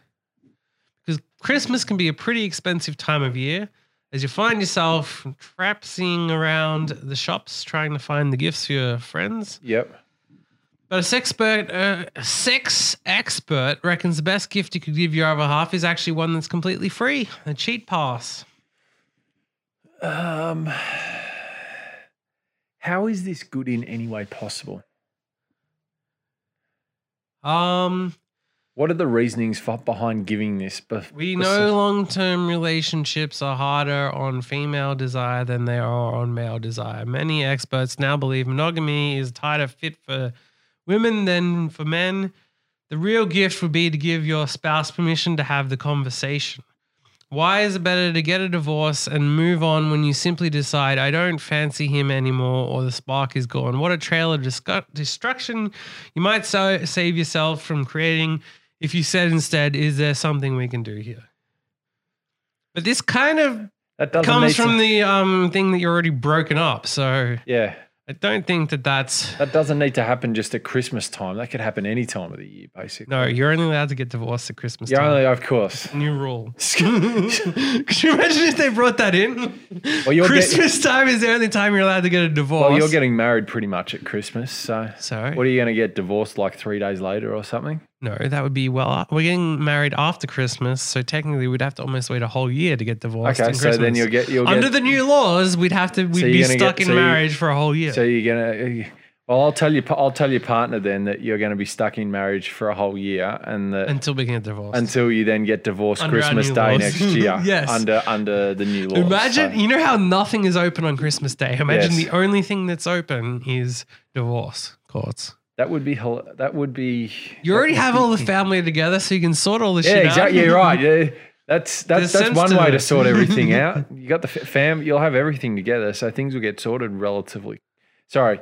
Because Christmas can be a pretty expensive time of year as you find yourself traipsing around the shops trying to find the gifts for your friends.
Yep.
But a sex expert, uh, sex expert reckons the best gift you could give your other half is actually one that's completely free, a cheat pass.
Um, how is this good in any way possible?
Um,
What are the reasonings for, behind giving this? Bef-
we
besi-
know long-term relationships are harder on female desire than they are on male desire. Many experts now believe monogamy is a tighter fit for women than for men. The real gift would be to give your spouse permission to have the conversation. Why is it better to get a divorce and move on when you simply decide, I don't fancy him anymore or the spark is gone? What a trail of discu- destruction you might so- save yourself from creating if you said instead, Is there something we can do here? But this kind of
that doesn't
comes
need
from
to-
the um, thing that you're already broken up. So
yeah.
I don't think that that's.
That doesn't need to happen just at Christmas time. That could happen any time of the year, basically.
No, you're only allowed to get divorced at Christmas
Yeah,
time.
only, of course.
New rule. Could you imagine if they brought that in?
Well, you're
Christmas time is the only time you're allowed to get a divorce.
Well, you're getting married pretty much at Christmas, so
so
what are you going to get divorced like three days later or something?
no, that would be well. uh, We're getting married after Christmas, so technically we'd have to almost wait a whole year to get divorced.
okay,
on
so then
Christmas.
you'll get you'll
under
get
the new laws, we'd have to we'd
you're
be
gonna
stuck
get-
in
so you-
marriage for a whole year.
so you're going to. Well, I'll tell you. I'll tell your partner then that you're going to be stuck in marriage for a whole year, and that
until we get divorced.
until you then get divorced
Under our
Christmas
new
Day
laws.
next year.
Yes.
under under the new law.
Imagine you know how nothing is open on Christmas Day. Imagine
Yes.
the only thing that's open is divorce courts.
that would be hel- that would be.
You already have all the family together, so you can sort all this
yeah,
shit out.
exactly. You're right. Yeah, that's that's
There's
that's one
sense to
way to
it.
sort everything out. You got the fa- fam. You'll have everything together, so things will get sorted relatively. Sorry,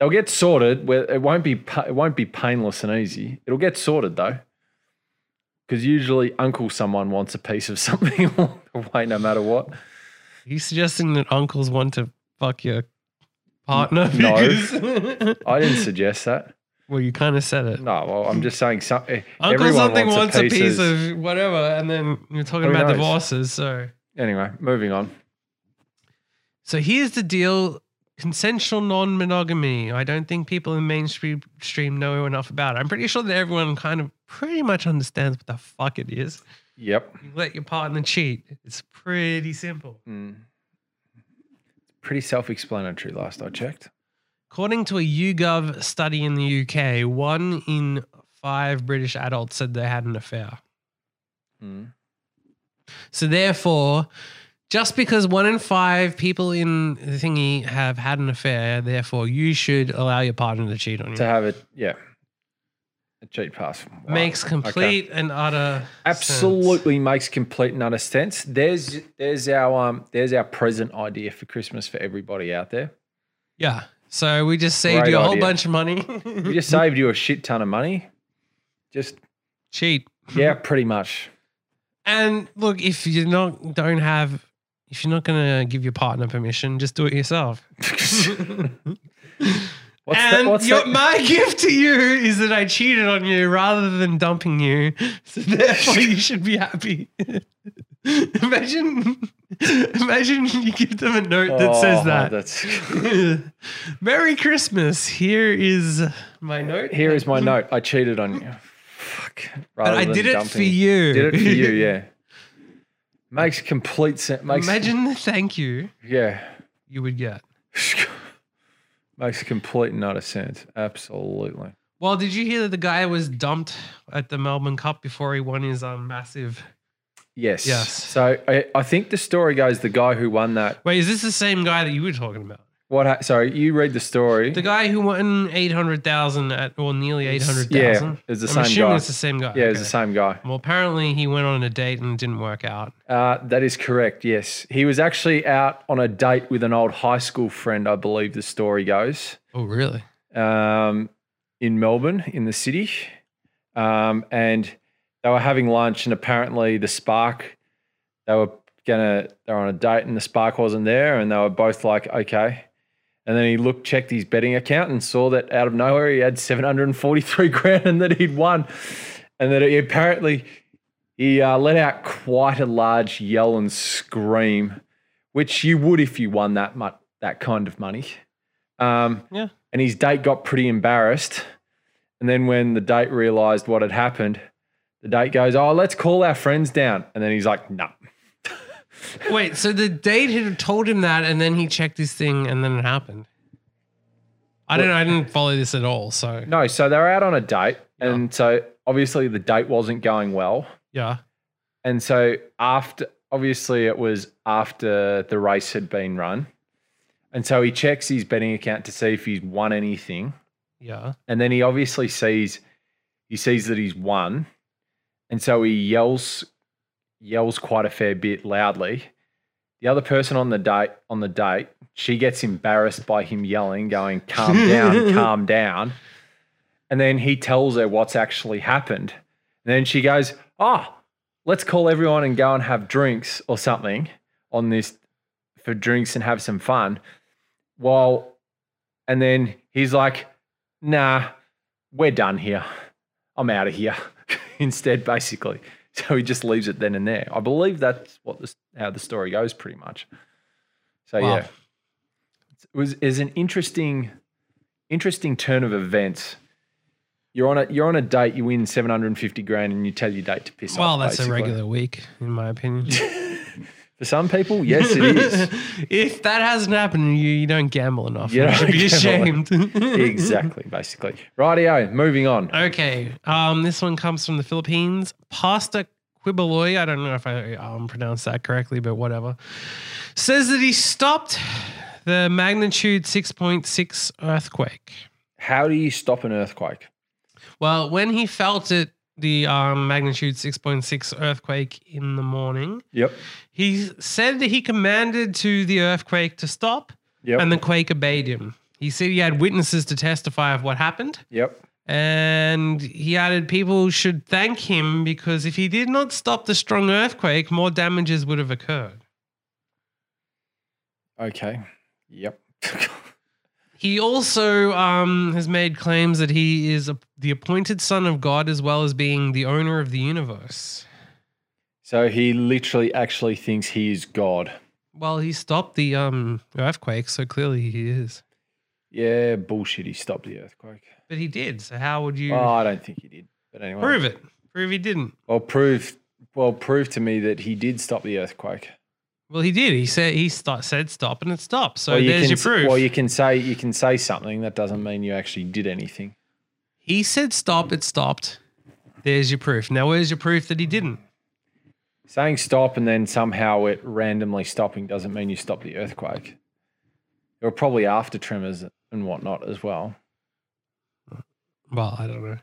they'll get sorted. Where it won't be pa- it won't be painless and easy. It'll get sorted though. Because usually, Uncle someone wants a piece of something along the way, no matter what.
He's suggesting that uncles want to fuck your partner.
No.
because-
I didn't suggest that.
well, you kind of said it.
No, well, I'm just saying something.
Uncle
everyone
something
wants, a piece, of.
of whatever, and then you're talking
Who
about
knows?
divorces. So,
Anyway, moving on.
so here's the deal: consensual non-monogamy. I don't think people in mainstream stream know enough about. it. I'm pretty sure that everyone kind of pretty much understands what the fuck it is.
Yep.
You let your partner cheat. It's pretty simple.
Mm. Pretty self-explanatory. Last I checked.
According to a YouGov study in the UK, one in five British adults said they had an affair.
Mm.
So therefore, just because one in five people in the thingy have had an affair, therefore you should allow your partner to cheat on
To
you.
have it, yeah, a cheat pass Wow.
Makes complete and utter sense.
absolutely makes complete and utter sense. There's there's our um there's our present idea for Christmas for everybody out there.
Yeah. So we just saved
Great
you a whole
idea.
bunch of money.
We just saved you a shit ton of money. Just
cheat.
yeah, pretty much.
And look, if you not don't have if you're not gonna give your partner permission, just do it yourself.
what's that?
and
What's
your,
that?
my gift to you is that I cheated on you rather than dumping you. So therefore, you should be happy. imagine, imagine you give them a note that
Oh,
says that.
That's
Merry Christmas. Here is my note.
here is my note. I cheated on you. Fuck.
And
Rather
I
than
did it
dumping
for you.
Did it for you. Yeah. Makes complete sense. Makes
Imagine the thank you
yeah.
you would get.
Makes complete and utter sense. Absolutely.
Well, did you hear that the guy was dumped at the Melbourne Cup before he won his um, massive?
Yes.
Yes.
So I, I think the story goes the guy who won that.
Wait, is this the same guy that you were talking about?
What? Ha- sorry, you read the story.
The guy who won eight hundred thousand at or nearly eight hundred
yeah,
thousand.
it's the
I'm
same
assuming
guy.
it's the same guy.
yeah, it's the
Okay.
same guy.
Well, apparently he went on a date and it didn't work out.
Uh, that is correct. Yes, he was actually out on a date with an old high school friend. I believe the story goes.
Oh, really?
um, in Melbourne, in the city, um, and they were having lunch. And apparently, the spark they were gonna they were on a date, and the spark wasn't there, and they were both like, okay. And then he looked, checked his betting account, and saw that out of nowhere he had seven hundred and forty three grand, and that he'd won, and that he apparently he uh, let out quite a large yell and scream, which you would if you won that much that kind of money. Um,
Yeah.
and his date got pretty embarrassed And then when the date realized what had happened, the date goes, "Oh, let's call our friends down." And then he's like, "No."
Wait, so the date had told him that, and then he checked his thing, and then it happened. I don't know. I didn't follow this at all. So
No, so they're out on a date, and so obviously the date wasn't going well.
yeah,
And so after obviously it was after the race had been run. And so he checks his betting account to see if he's won anything.
yeah.
And then he obviously sees he sees that he's won. And so he yells yells quite a fair bit loudly. The other person on the date on the date, she gets embarrassed by him yelling, going, calm down, calm down. And then he tells her what's actually happened. And then she goes, Ah, let's call everyone and go and have drinks or something on this for drinks and have some fun. While, and then he's like, Nah, we're done here. I'm out of here instead, basically. So he just leaves it then and there. I believe that's what this, how the story goes pretty much. So
Wow.
yeah, it was is an interesting, interesting turn of events. You're on a you're on a date. You win seven hundred and fifty grand, and you tell your date to piss
Well,
off.
that's
basically.
a regular week, in my opinion.
for some people. Yes, it is
if that hasn't happened, you you don't gamble enough.
You
You,
don't
should be ashamed.
gamble exactly basically. Rightio, moving on.
Okay. Um, this one comes from the Philippines. Pasta Quibaloy. I don't know if I um, pronounced that correctly, but whatever. Says that he stopped the magnitude 6.6 earthquake.
How do you stop an earthquake?
Well, when he felt it, the um, magnitude 6.6 earthquake in the morning,
Yep,
he said that he commanded to the earthquake to stop
yep,
and the quake obeyed him. He said he had witnesses to testify of what happened.
yep.
And he added, people should thank him because if he did not stop the strong earthquake, more damages would have occurred.
Okay, yep.
He also um, has made claims that he is a, the appointed son of God as well as being the owner of the universe.
so he literally actually thinks he is God.
Well, he stopped the um, earthquake, so clearly he is.
Yeah, bullshit. He stopped the earthquake.
But he did. So how would you
Oh, I don't think he did. But anyway,
Hmm. prove it? Prove he didn't.
Well, prove well, prove to me that he did stop the earthquake.
Well, he did. He said he st- said stop, and it stopped. So
well, you
there's
can,
your
s-
proof.
Well, you can say you can say something. That doesn't mean you actually did anything.
He said stop, it stopped. There's your proof. Now, where's your proof that he didn't?
Saying stop and then somehow it randomly stopping doesn't mean you stopped the earthquake. There were probably after tremors and whatnot as well.
Well, I don't know.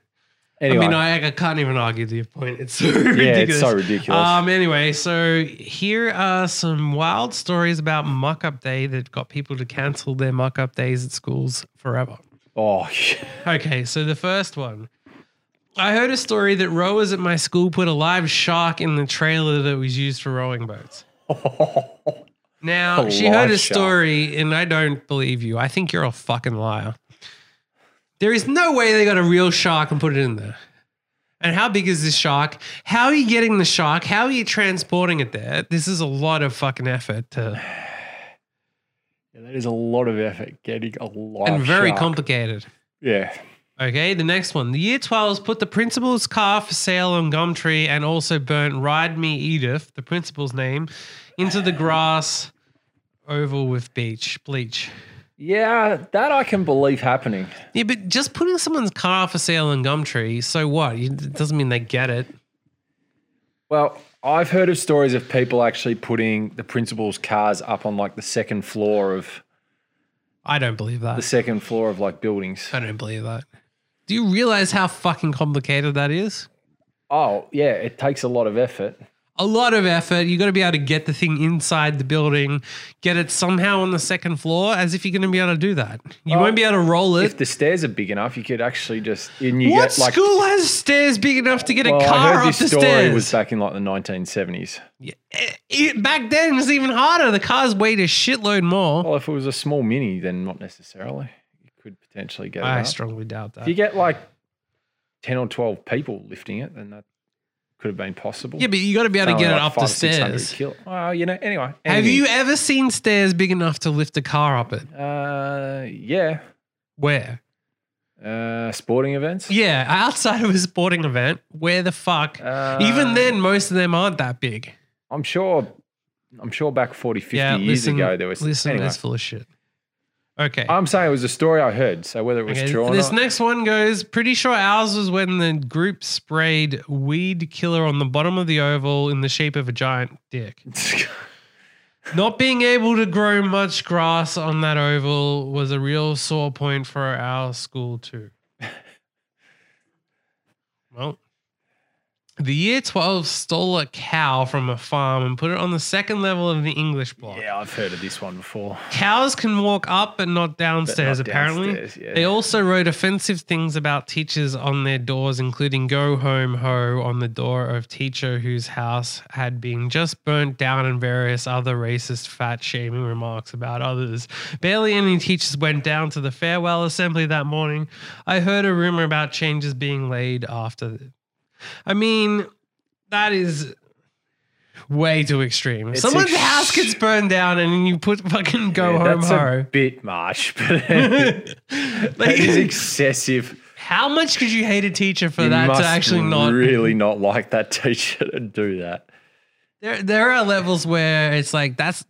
Anyway,
I mean, I, I can't even argue the point. It's so
yeah,
ridiculous.
it's so ridiculous.
Um, anyway, so here are some wild stories about muck up day that got people to cancel their muck up days at schools forever.
oh,
Okay, so the first one. I heard a story that rowers at my school put a live shark in the trailer that was used for rowing boats. Now,
A
she heard
live
a
shark.
story, and I don't believe you. I think you're a fucking liar. There is no way they got a real shark and put it in there. And how big is this shark? How are you getting the shark? How are you transporting it there? This is a lot of fucking effort to,
Yeah, that is a lot of effort getting a lot
and very
Oh, shark.
complicated.
Yeah,
Okay, the next one. The year 12s put the principal's car for sale on Gumtree and also burnt Ride Me Edith, the principal's name, into the grass oval with beach bleach.
yeah, that I can believe happening.
Yeah, but just putting someone's car for sale on Gumtree, so what? You- It doesn't mean they get it.
Well, I've heard of stories of people actually putting the principal's cars up on like the second floor of
I don't believe
the
that.
second floor of like buildings.
I don't believe that. Do you realize how fucking complicated that is?
Oh, yeah, it takes a lot of effort.
A lot of effort. You got to be able to get the thing inside the building, get it somehow on the second floor, as if you're going to be able to do that. You
Well,
won't be able to roll it.
If the stairs are big enough, you could actually just and you
What
get like
school has stairs big enough to get a
Well,
car
I heard
up
this
the
story
stairs?
was back in like the 1970s.
Yeah, eh, eh, back then, it was even harder. The cars weighed a shitload more.
Well, if it was a small mini, then not necessarily. You could potentially get it.
I
up.
strongly doubt that.
If you get like 10 or 12 people lifting it, then that could have been possible.
Yeah, but you got to be able to
Only
get it
like
up the
five, 600
stairs.
Kilo. Well, you know, anyway.
Have
anything.
you ever seen stairs big enough to lift a car up it?
Uh, yeah.
Where?
Uh, sporting events.
Yeah, outside of a sporting event, where the fuck?
Uh,
Even then, most of them aren't that big.
I'm sure. I'm sure back 40, 50
yeah,
years
listen,
ago there was.
listen,
anyway,
that's full of shit. Okay.
I'm saying it was a story I heard. So whether it was
Okay,
true or
this
not,
next one goes pretty sure ours was when the group sprayed weed killer on the bottom of the oval in the shape of a giant dick. Not being able to grow much grass on that oval was a real sore point for our school, too. well, the year 12 stole a cow from a farm and put it on the second level of the English block.
yeah, I've heard of this one before.
Cows can walk up but not
but
downstairs,
not
apparently.
downstairs, Yeah.
They also wrote offensive things about teachers on their doors, including Go Home Ho on the door of teacher whose house had been just burnt down and various other racist fat shaming remarks about others. Barely any teachers went down to the farewell assembly that morning. I heard a rumor about changes being laid after. th- I mean, that is way too extreme.
It's
Someone's
ex-
house gets burned down and you put fucking Go
Yeah,
Home
that's
Ho.
a bit marsh, but that is excessive.
How much could you hate a teacher for
You
that
must
to actually not?
really not like that teacher to do that.
There, there are levels where it's like that's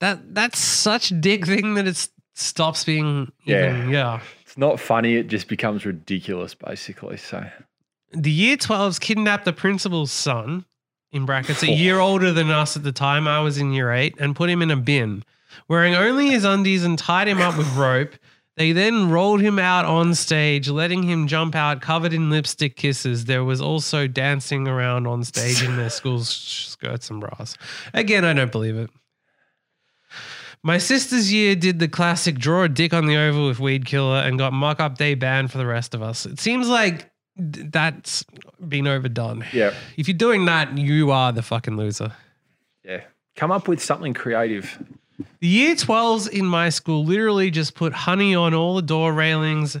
that that's such dick thing that it stops being.
Yeah.
Even, yeah.
It's not funny. It just becomes ridiculous, basically. So
The year 12s kidnapped the principal's son, in brackets, a year older than us at the time. I was in year eight, and put him in a bin, wearing only his undies and tied him up with rope. They then rolled him out on stage, letting him jump out covered in lipstick kisses. There was also dancing around on stage in their school's skirts and bras. Again, I don't believe it. My sister's year did the classic draw a dick on the oval with Weed Killer and got mock up day banned for the rest of us. It seems like d- that's been overdone.
yeah,
If you're doing that, you are the fucking loser.
yeah. Come up with something creative.
The year 12s in my school literally just put honey on all the door railings,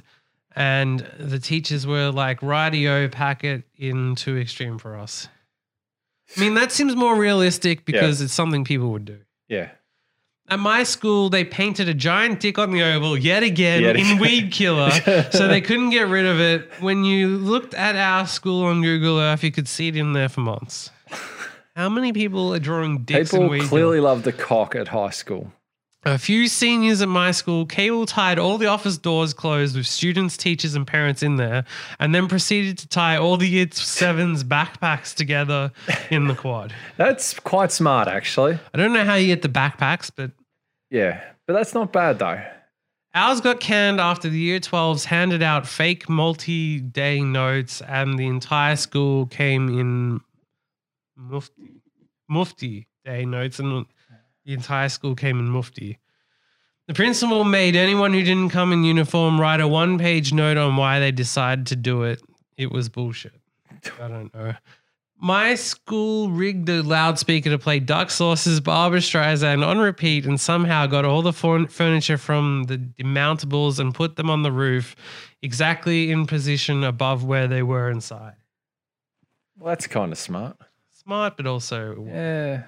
and the teachers were like, rightio, pack it in too extreme for us. I mean, that seems more realistic because it's something people would do.
Yeah.
At my school, they painted a giant dick on the oval yet again
Yet
in
again.
Weed Killer, so they couldn't get rid of it. When you looked at our school on Google Earth, you could see it in there for months. How many people are drawing dicks in
People
Weed Killer?
clearly love the cock at high school.
A few seniors at my school cable tied all the office doors closed with students, teachers, and parents in there, and then proceeded to tie all the year sevens backpacks together in the quad.
That's quite smart, actually.
I don't know how you get the backpacks, but
Yeah, but that's not bad though.
Ours got canned after the year 12s handed out fake multi day notes, and the entire school came in mufti, mufti day notes, and the entire school came in mufti. The principal made anyone who didn't come in uniform write a one page note on why they decided to do it. It was bullshit. I don't know. My school rigged the loudspeaker to play Duck Sauces, Barbara Streisand on repeat, and somehow got all the furn- furniture from the demountables and put them on the roof, exactly in position above where they were inside.
Well, that's kind of smart.
Smart, but also
Yeah.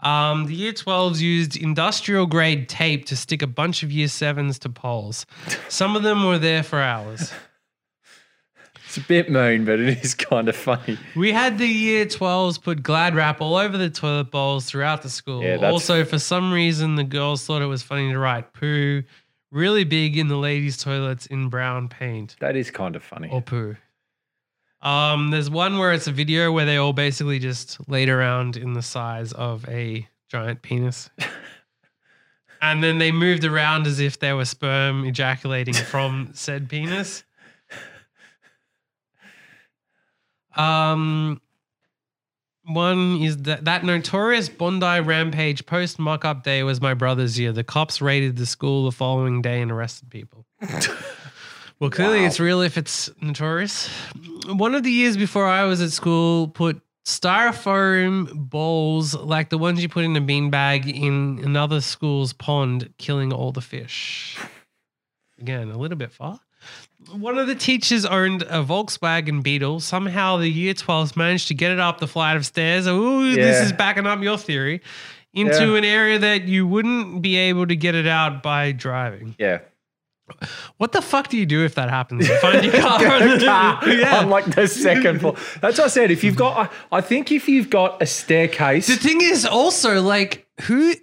um, the year 12s used industrial grade tape to stick a bunch of year 7s to poles. Some of them were there for hours.
It's a bit mean, but it is kind of funny.
We had the year 12s put glad wrap all over the toilet bowls throughout the school.
Yeah, that's-
also, for some reason, the girls thought it was funny to write poo really big in the ladies' toilets in brown paint
That is kind of funny.
or poo. Um, there's one where it's a video where they all basically just laid around in the size of a giant penis. and then they moved around as if they were sperm ejaculating from said penis. Um, one is that that notorious Bondi rampage post mock up day was my brother's year. The cops raided the school the following day and arrested people. well, clearly
Wow.
it's real if it's notorious. One of the years before I was at school put styrofoam balls like the ones you put in a beanbag in another school's pond, killing all the fish. Again, a little bit far. One of the teachers owned a Volkswagen Beetle. Somehow the year 12s managed to get it up the flight of stairs. Ooh, this
Yeah.
is backing up your theory. Into
Yeah.
an area that you wouldn't be able to get it out by driving.
Yeah.
What the fuck do you do if that happens? You find your car. and- yeah.
on like the second floor. That's what I said. If you've got, I, I think if you've got a staircase,
The thing is also like who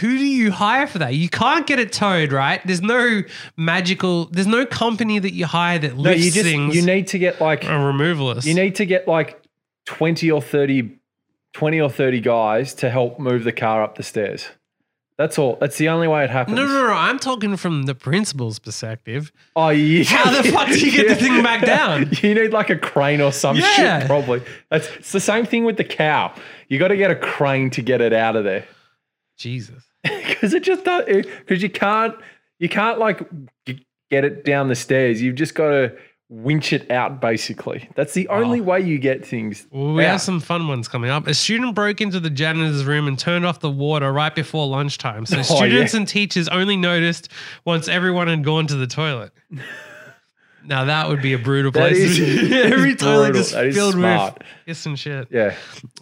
who do you hire for that? You can't get it towed, right? There's no magical. There's no company that you hire that
no,
lifts
you just
things.
you need to get like
a removalist.
you need to get like twenty or thirty, twenty or thirty guys to help move the car up the stairs. That's all. That's the only way it happens.
no, no, no. I'm talking from the principal's perspective.
Oh, yeah.
How the fuck do you get the thing back down?
You need like a crane or some
Yeah.
shit, probably. That's it's the same thing with the cow. You got to get a crane to get it out of there
Jesus.
because it just does. Because you can't, you can't like g- get it down the stairs. You've just got to winch it out. Basically, that's the only way you get things.
Oh. Well, we
Yeah.
have some fun ones coming up. A student broke into the janitor's room and turned off the water right before lunchtime. So
Oh,
students
yeah.
and teachers only noticed once everyone had gone to the toilet. now that would be a brutal
That
place.
is-
to be. Every
is
toilet
brutal.
just
That is
filled
smart.
with piss and shit.
Yeah,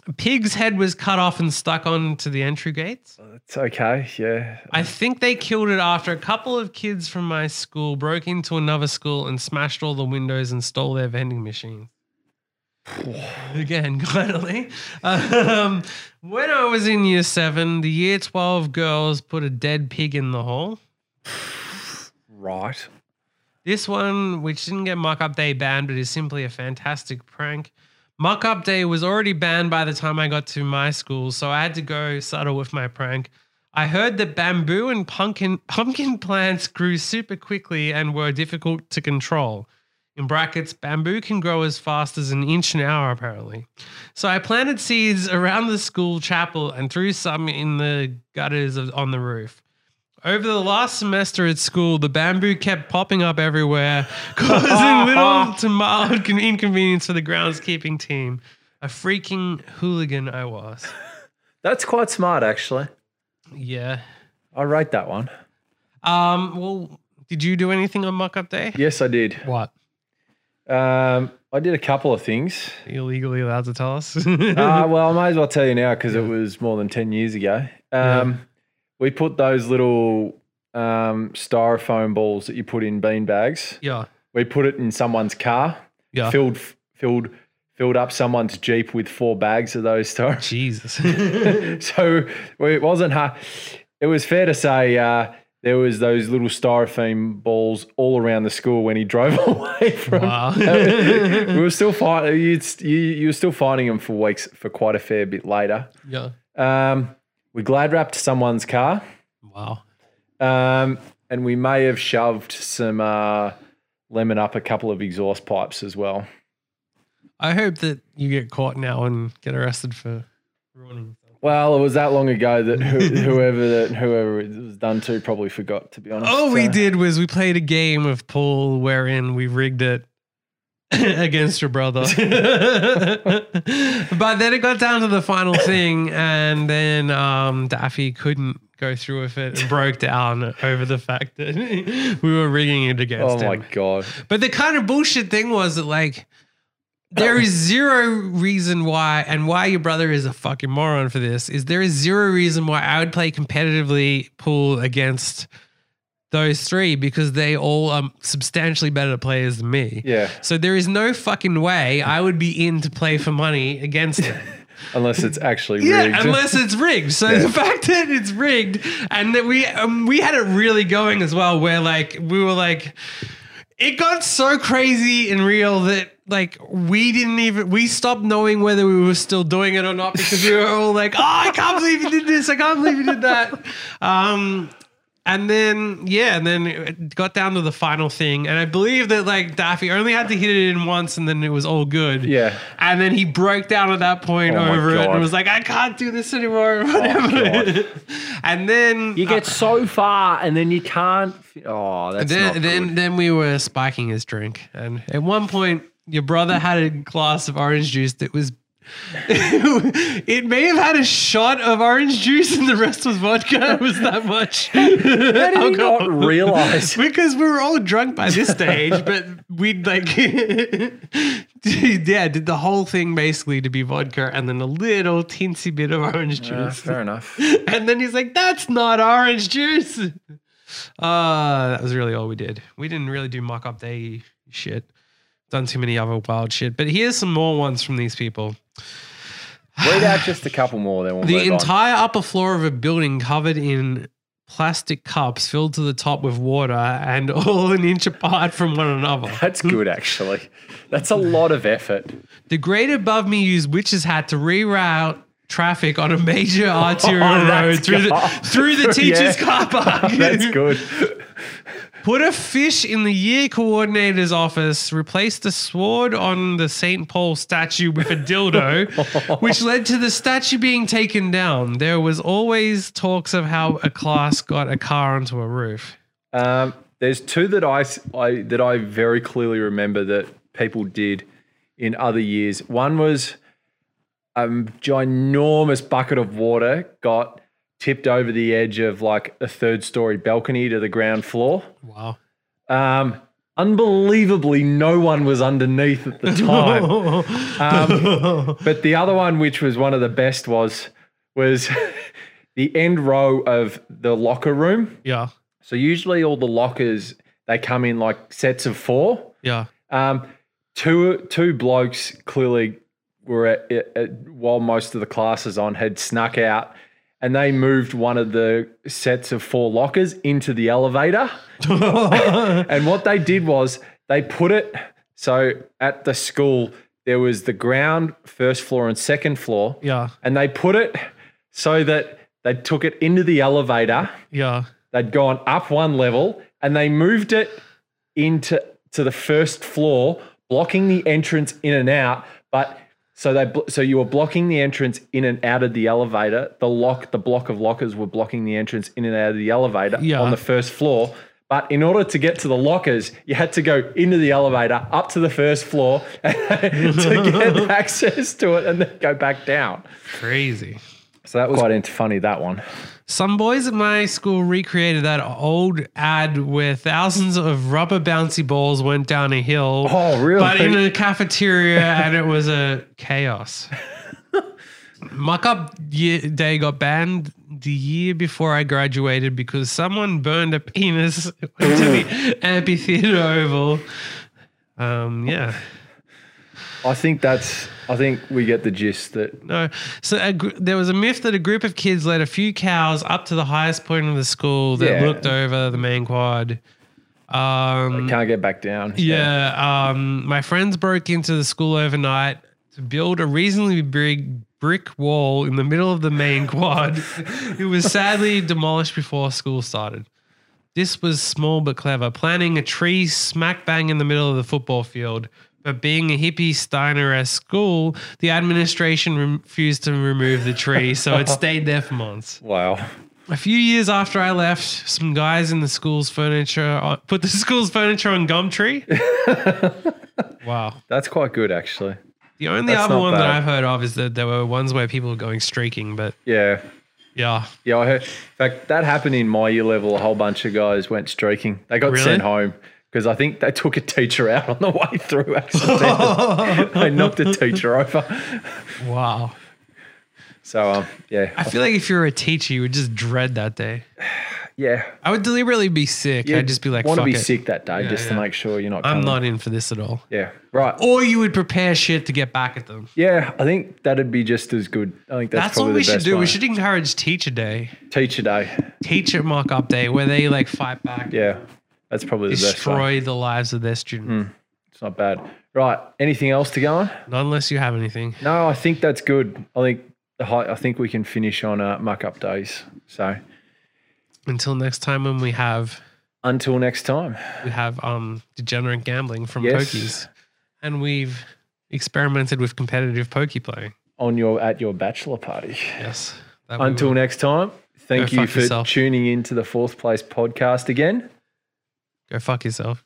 A pig's head was cut off and stuck onto the entry gates.
it's okay. Yeah,
I think they killed it after a couple of kids from my school broke into another school and smashed all the windows and stole their vending machines. Again, cuddly. Um, when I was in year seven, the year 12 girls put a dead pig in the hall.
right.
This one, which didn't get Muck Up Day banned, but is simply a fantastic prank. Muck Up Day was already banned by the time I got to my school, so I had to go subtle with my prank. I heard that bamboo and pumpkin pumpkin plants grew super quickly and were difficult to control. In brackets, bamboo can grow as fast as an inch an hour, apparently. So I planted seeds around the school chapel and threw some in the gutters of, on the roof. Over the last semester at school, the bamboo kept popping up everywhere, causing little to mild con- inconvenience for the groundskeeping team. A freaking hooligan I was.
That's quite smart, actually.
Yeah.
I rate that one.
Um. Well, did you do anything on Muck Up Day?
Yes, I did.
What?
Um, I did a couple of things.
Are you legally allowed to tell us?
uh, well, I may as well tell you now because it was more than 10 years ago. Um,
Yeah.
We put those little um, styrofoam balls that you put in bean bags.
yeah.
We put it in someone's car,
Yeah.
filled, filled, filled up someone's Jeep with four bags of those styrofoam
Jesus.
so it wasn't hard. It was fair to say uh, there was those little styrofoam balls all around the school when he drove away from.
Wow.
we were still fighting. You, you were still finding them for weeks for quite a fair bit later.
yeah.
Um, we glad wrapped someone's car,
Wow.
um, and we may have shoved some uh, lemon up a couple of exhaust pipes as well.
I hope that you get caught now and get arrested for ruining.
Well, it was that long ago that who, whoever that whoever it was done to probably forgot. To be honest,
All Oh, we
So-
did was we played a game of pool wherein we rigged it against your brother. but then it got down to the final thing, and then um, Daffy couldn't go through with it and broke down over the fact that we were rigging it against
Oh
him.
my god!
But the kind of bullshit thing was that like there is zero reason why and why your brother is a fucking moron for this is there is zero reason why I would play competitively pool against those three because they all are substantially better players than me.
Yeah,
So there is no fucking way I would be in to play for money against them.
unless it's actually
Yeah,
rigged.
unless it's rigged. So the fact that it's rigged and that we um, we had it really going as well, where like we were like, it got so crazy and real that like we didn't even we stopped knowing whether we were still doing it or not because we were all like, oh, I can't believe you did this, I can't believe you did that. Um, and then yeah, and then it got down to the final thing, and I believe that like Daffy only had to hit it in once, and then it was all good.
yeah,
And then he broke down at that point
Oh my
over it and
God.
was like, I can't do this anymore. Whatever.
God.
and then uh,
you get so far and then you can't. Oh, that's
then then, then we were spiking his drink. And at one point, your brother had a glass of orange juice that was. it may have had a shot of orange juice and the rest was vodka. It was that much.
How did
alcohol.
you not realize?
because we were all drunk by this stage, but we'd like, yeah, did the whole thing basically to be vodka and then a little teensy bit of orange
Uh,
juice.
fair enough.
and then he's like, that's not orange juice. Uh, that was really all we did. We didn't really do mock up day shit. Done too many other wild shit. But here's some more ones from these people.
Read out just a couple more, then we'll
The
move on.
entire upper floor of a building covered in plastic cups filled to the top with water and all an inch apart from one another.
That's good, actually. That's a lot of effort.
The grade above me used witch's hat to reroute traffic on a major arterial
Oh,
road
that's
through the,
good.
through the teacher's car park.
That's good.
Put a fish in the year coordinator's office, replaced the sword on the St. Paul statue with a dildo, which led to the statue being taken down. There was always talks of how a class got a car onto a roof.
Um, there's two that I, s- I- that I very clearly remember that people did in other years. One was a ginormous bucket of water got tipped over the edge of like a third story balcony to the ground floor.
Wow.
Um, unbelievably, no one was underneath at the time. Um, but the other one, which was one of the best, was was the end row of the locker room.
yeah.
So usually, all the lockers they come in like sets of four.
Yeah.
Um, two two blokes clearly were at, at, at, while most of the classes on had snuck out, and they moved one of the sets of four lockers into the elevator. And what they did was they put it so at the school there was the ground, first floor, and second floor,
yeah.
and they put it so that they took it into the elevator.
Yeah.
They'd gone up one level and they moved it into to the first floor, blocking the entrance in and out. But so they bl- so you were blocking the entrance in and out of the elevator. The lock the block of lockers were blocking the entrance in and out of the elevator
Yeah.
on the first floor. But in order to get to the lockers, you had to go into the elevator up to the first floor to get access to it, and then go back down.
Crazy.
So that was quite int- funny. That one.
Some boys at my school recreated that old ad where thousands of rubber bouncy balls went down a hill.
Oh, really?
But in a cafeteria, and it was a chaos. Muck up year, day got banned the year before I graduated because someone burned a penis into the amphitheater oval. Um, yeah.
I think that's. I think we get the gist that
No. So a gr- there was a myth that a group of kids led a few cows up to the highest point of the school that
Yeah.
looked over the main quad. Um,
can't get back down.
yeah. Um, my friends broke into the school overnight to build a reasonably big brick wall in the middle of the main quad. it was sadly demolished before school started. This was small but clever, planting a tree smack bang in the middle of the football field. But being a hippie Steiner esque school, the administration refused to remove the tree, so it stayed there for months.
Wow.
A few years after I left, some guys in the school's furniture on, put the school's furniture on Gumtree. wow.
That's quite good, actually.
The only
That's
other
not
one that
bad.
I've heard of is that there were ones where people were going streaking, but
Yeah.
yeah.
Yeah, I heard. In fact, that happened in my year level. A whole bunch of guys went streaking. They got
Really?
sent home because I think they took a teacher out on the way through accidentally. they knocked a teacher over.
Wow.
So, um, yeah.
I feel like if you were a teacher, you would just dread that day.
Yeah.
I would deliberately be sick. I'd just be like,
want
fuck
to be
it.
sick that day just
yeah.
to make sure you're not
I'm
coming.
not in for this at all.
Yeah. Right.
Or you would prepare shit to get back at them.
Yeah. I think that'd be just as good. I think that's,
That's,
probably
what we
the
should
best
do. We
way.
should encourage teacher day,
Teacher day.
teacher mock up day, where they like fight back,
Yeah. That's probably the best way.
destroy the lives of their students.
It's not bad. Right. Anything else to go on?
Not unless you have anything.
No, I think that's good. I think the hi- I think we can finish on uh, muck up days. So
Until next time, when we have
until next time,
we have um degenerate gambling from
Yes.
pokies, and we've experimented with competitive pokey play.
on your at your bachelor party.
Yes. That we
Until
will.
next time, thank
Go
you
fuck
for
yourself.
tuning in to the Fourth Place podcast again.
go fuck yourself.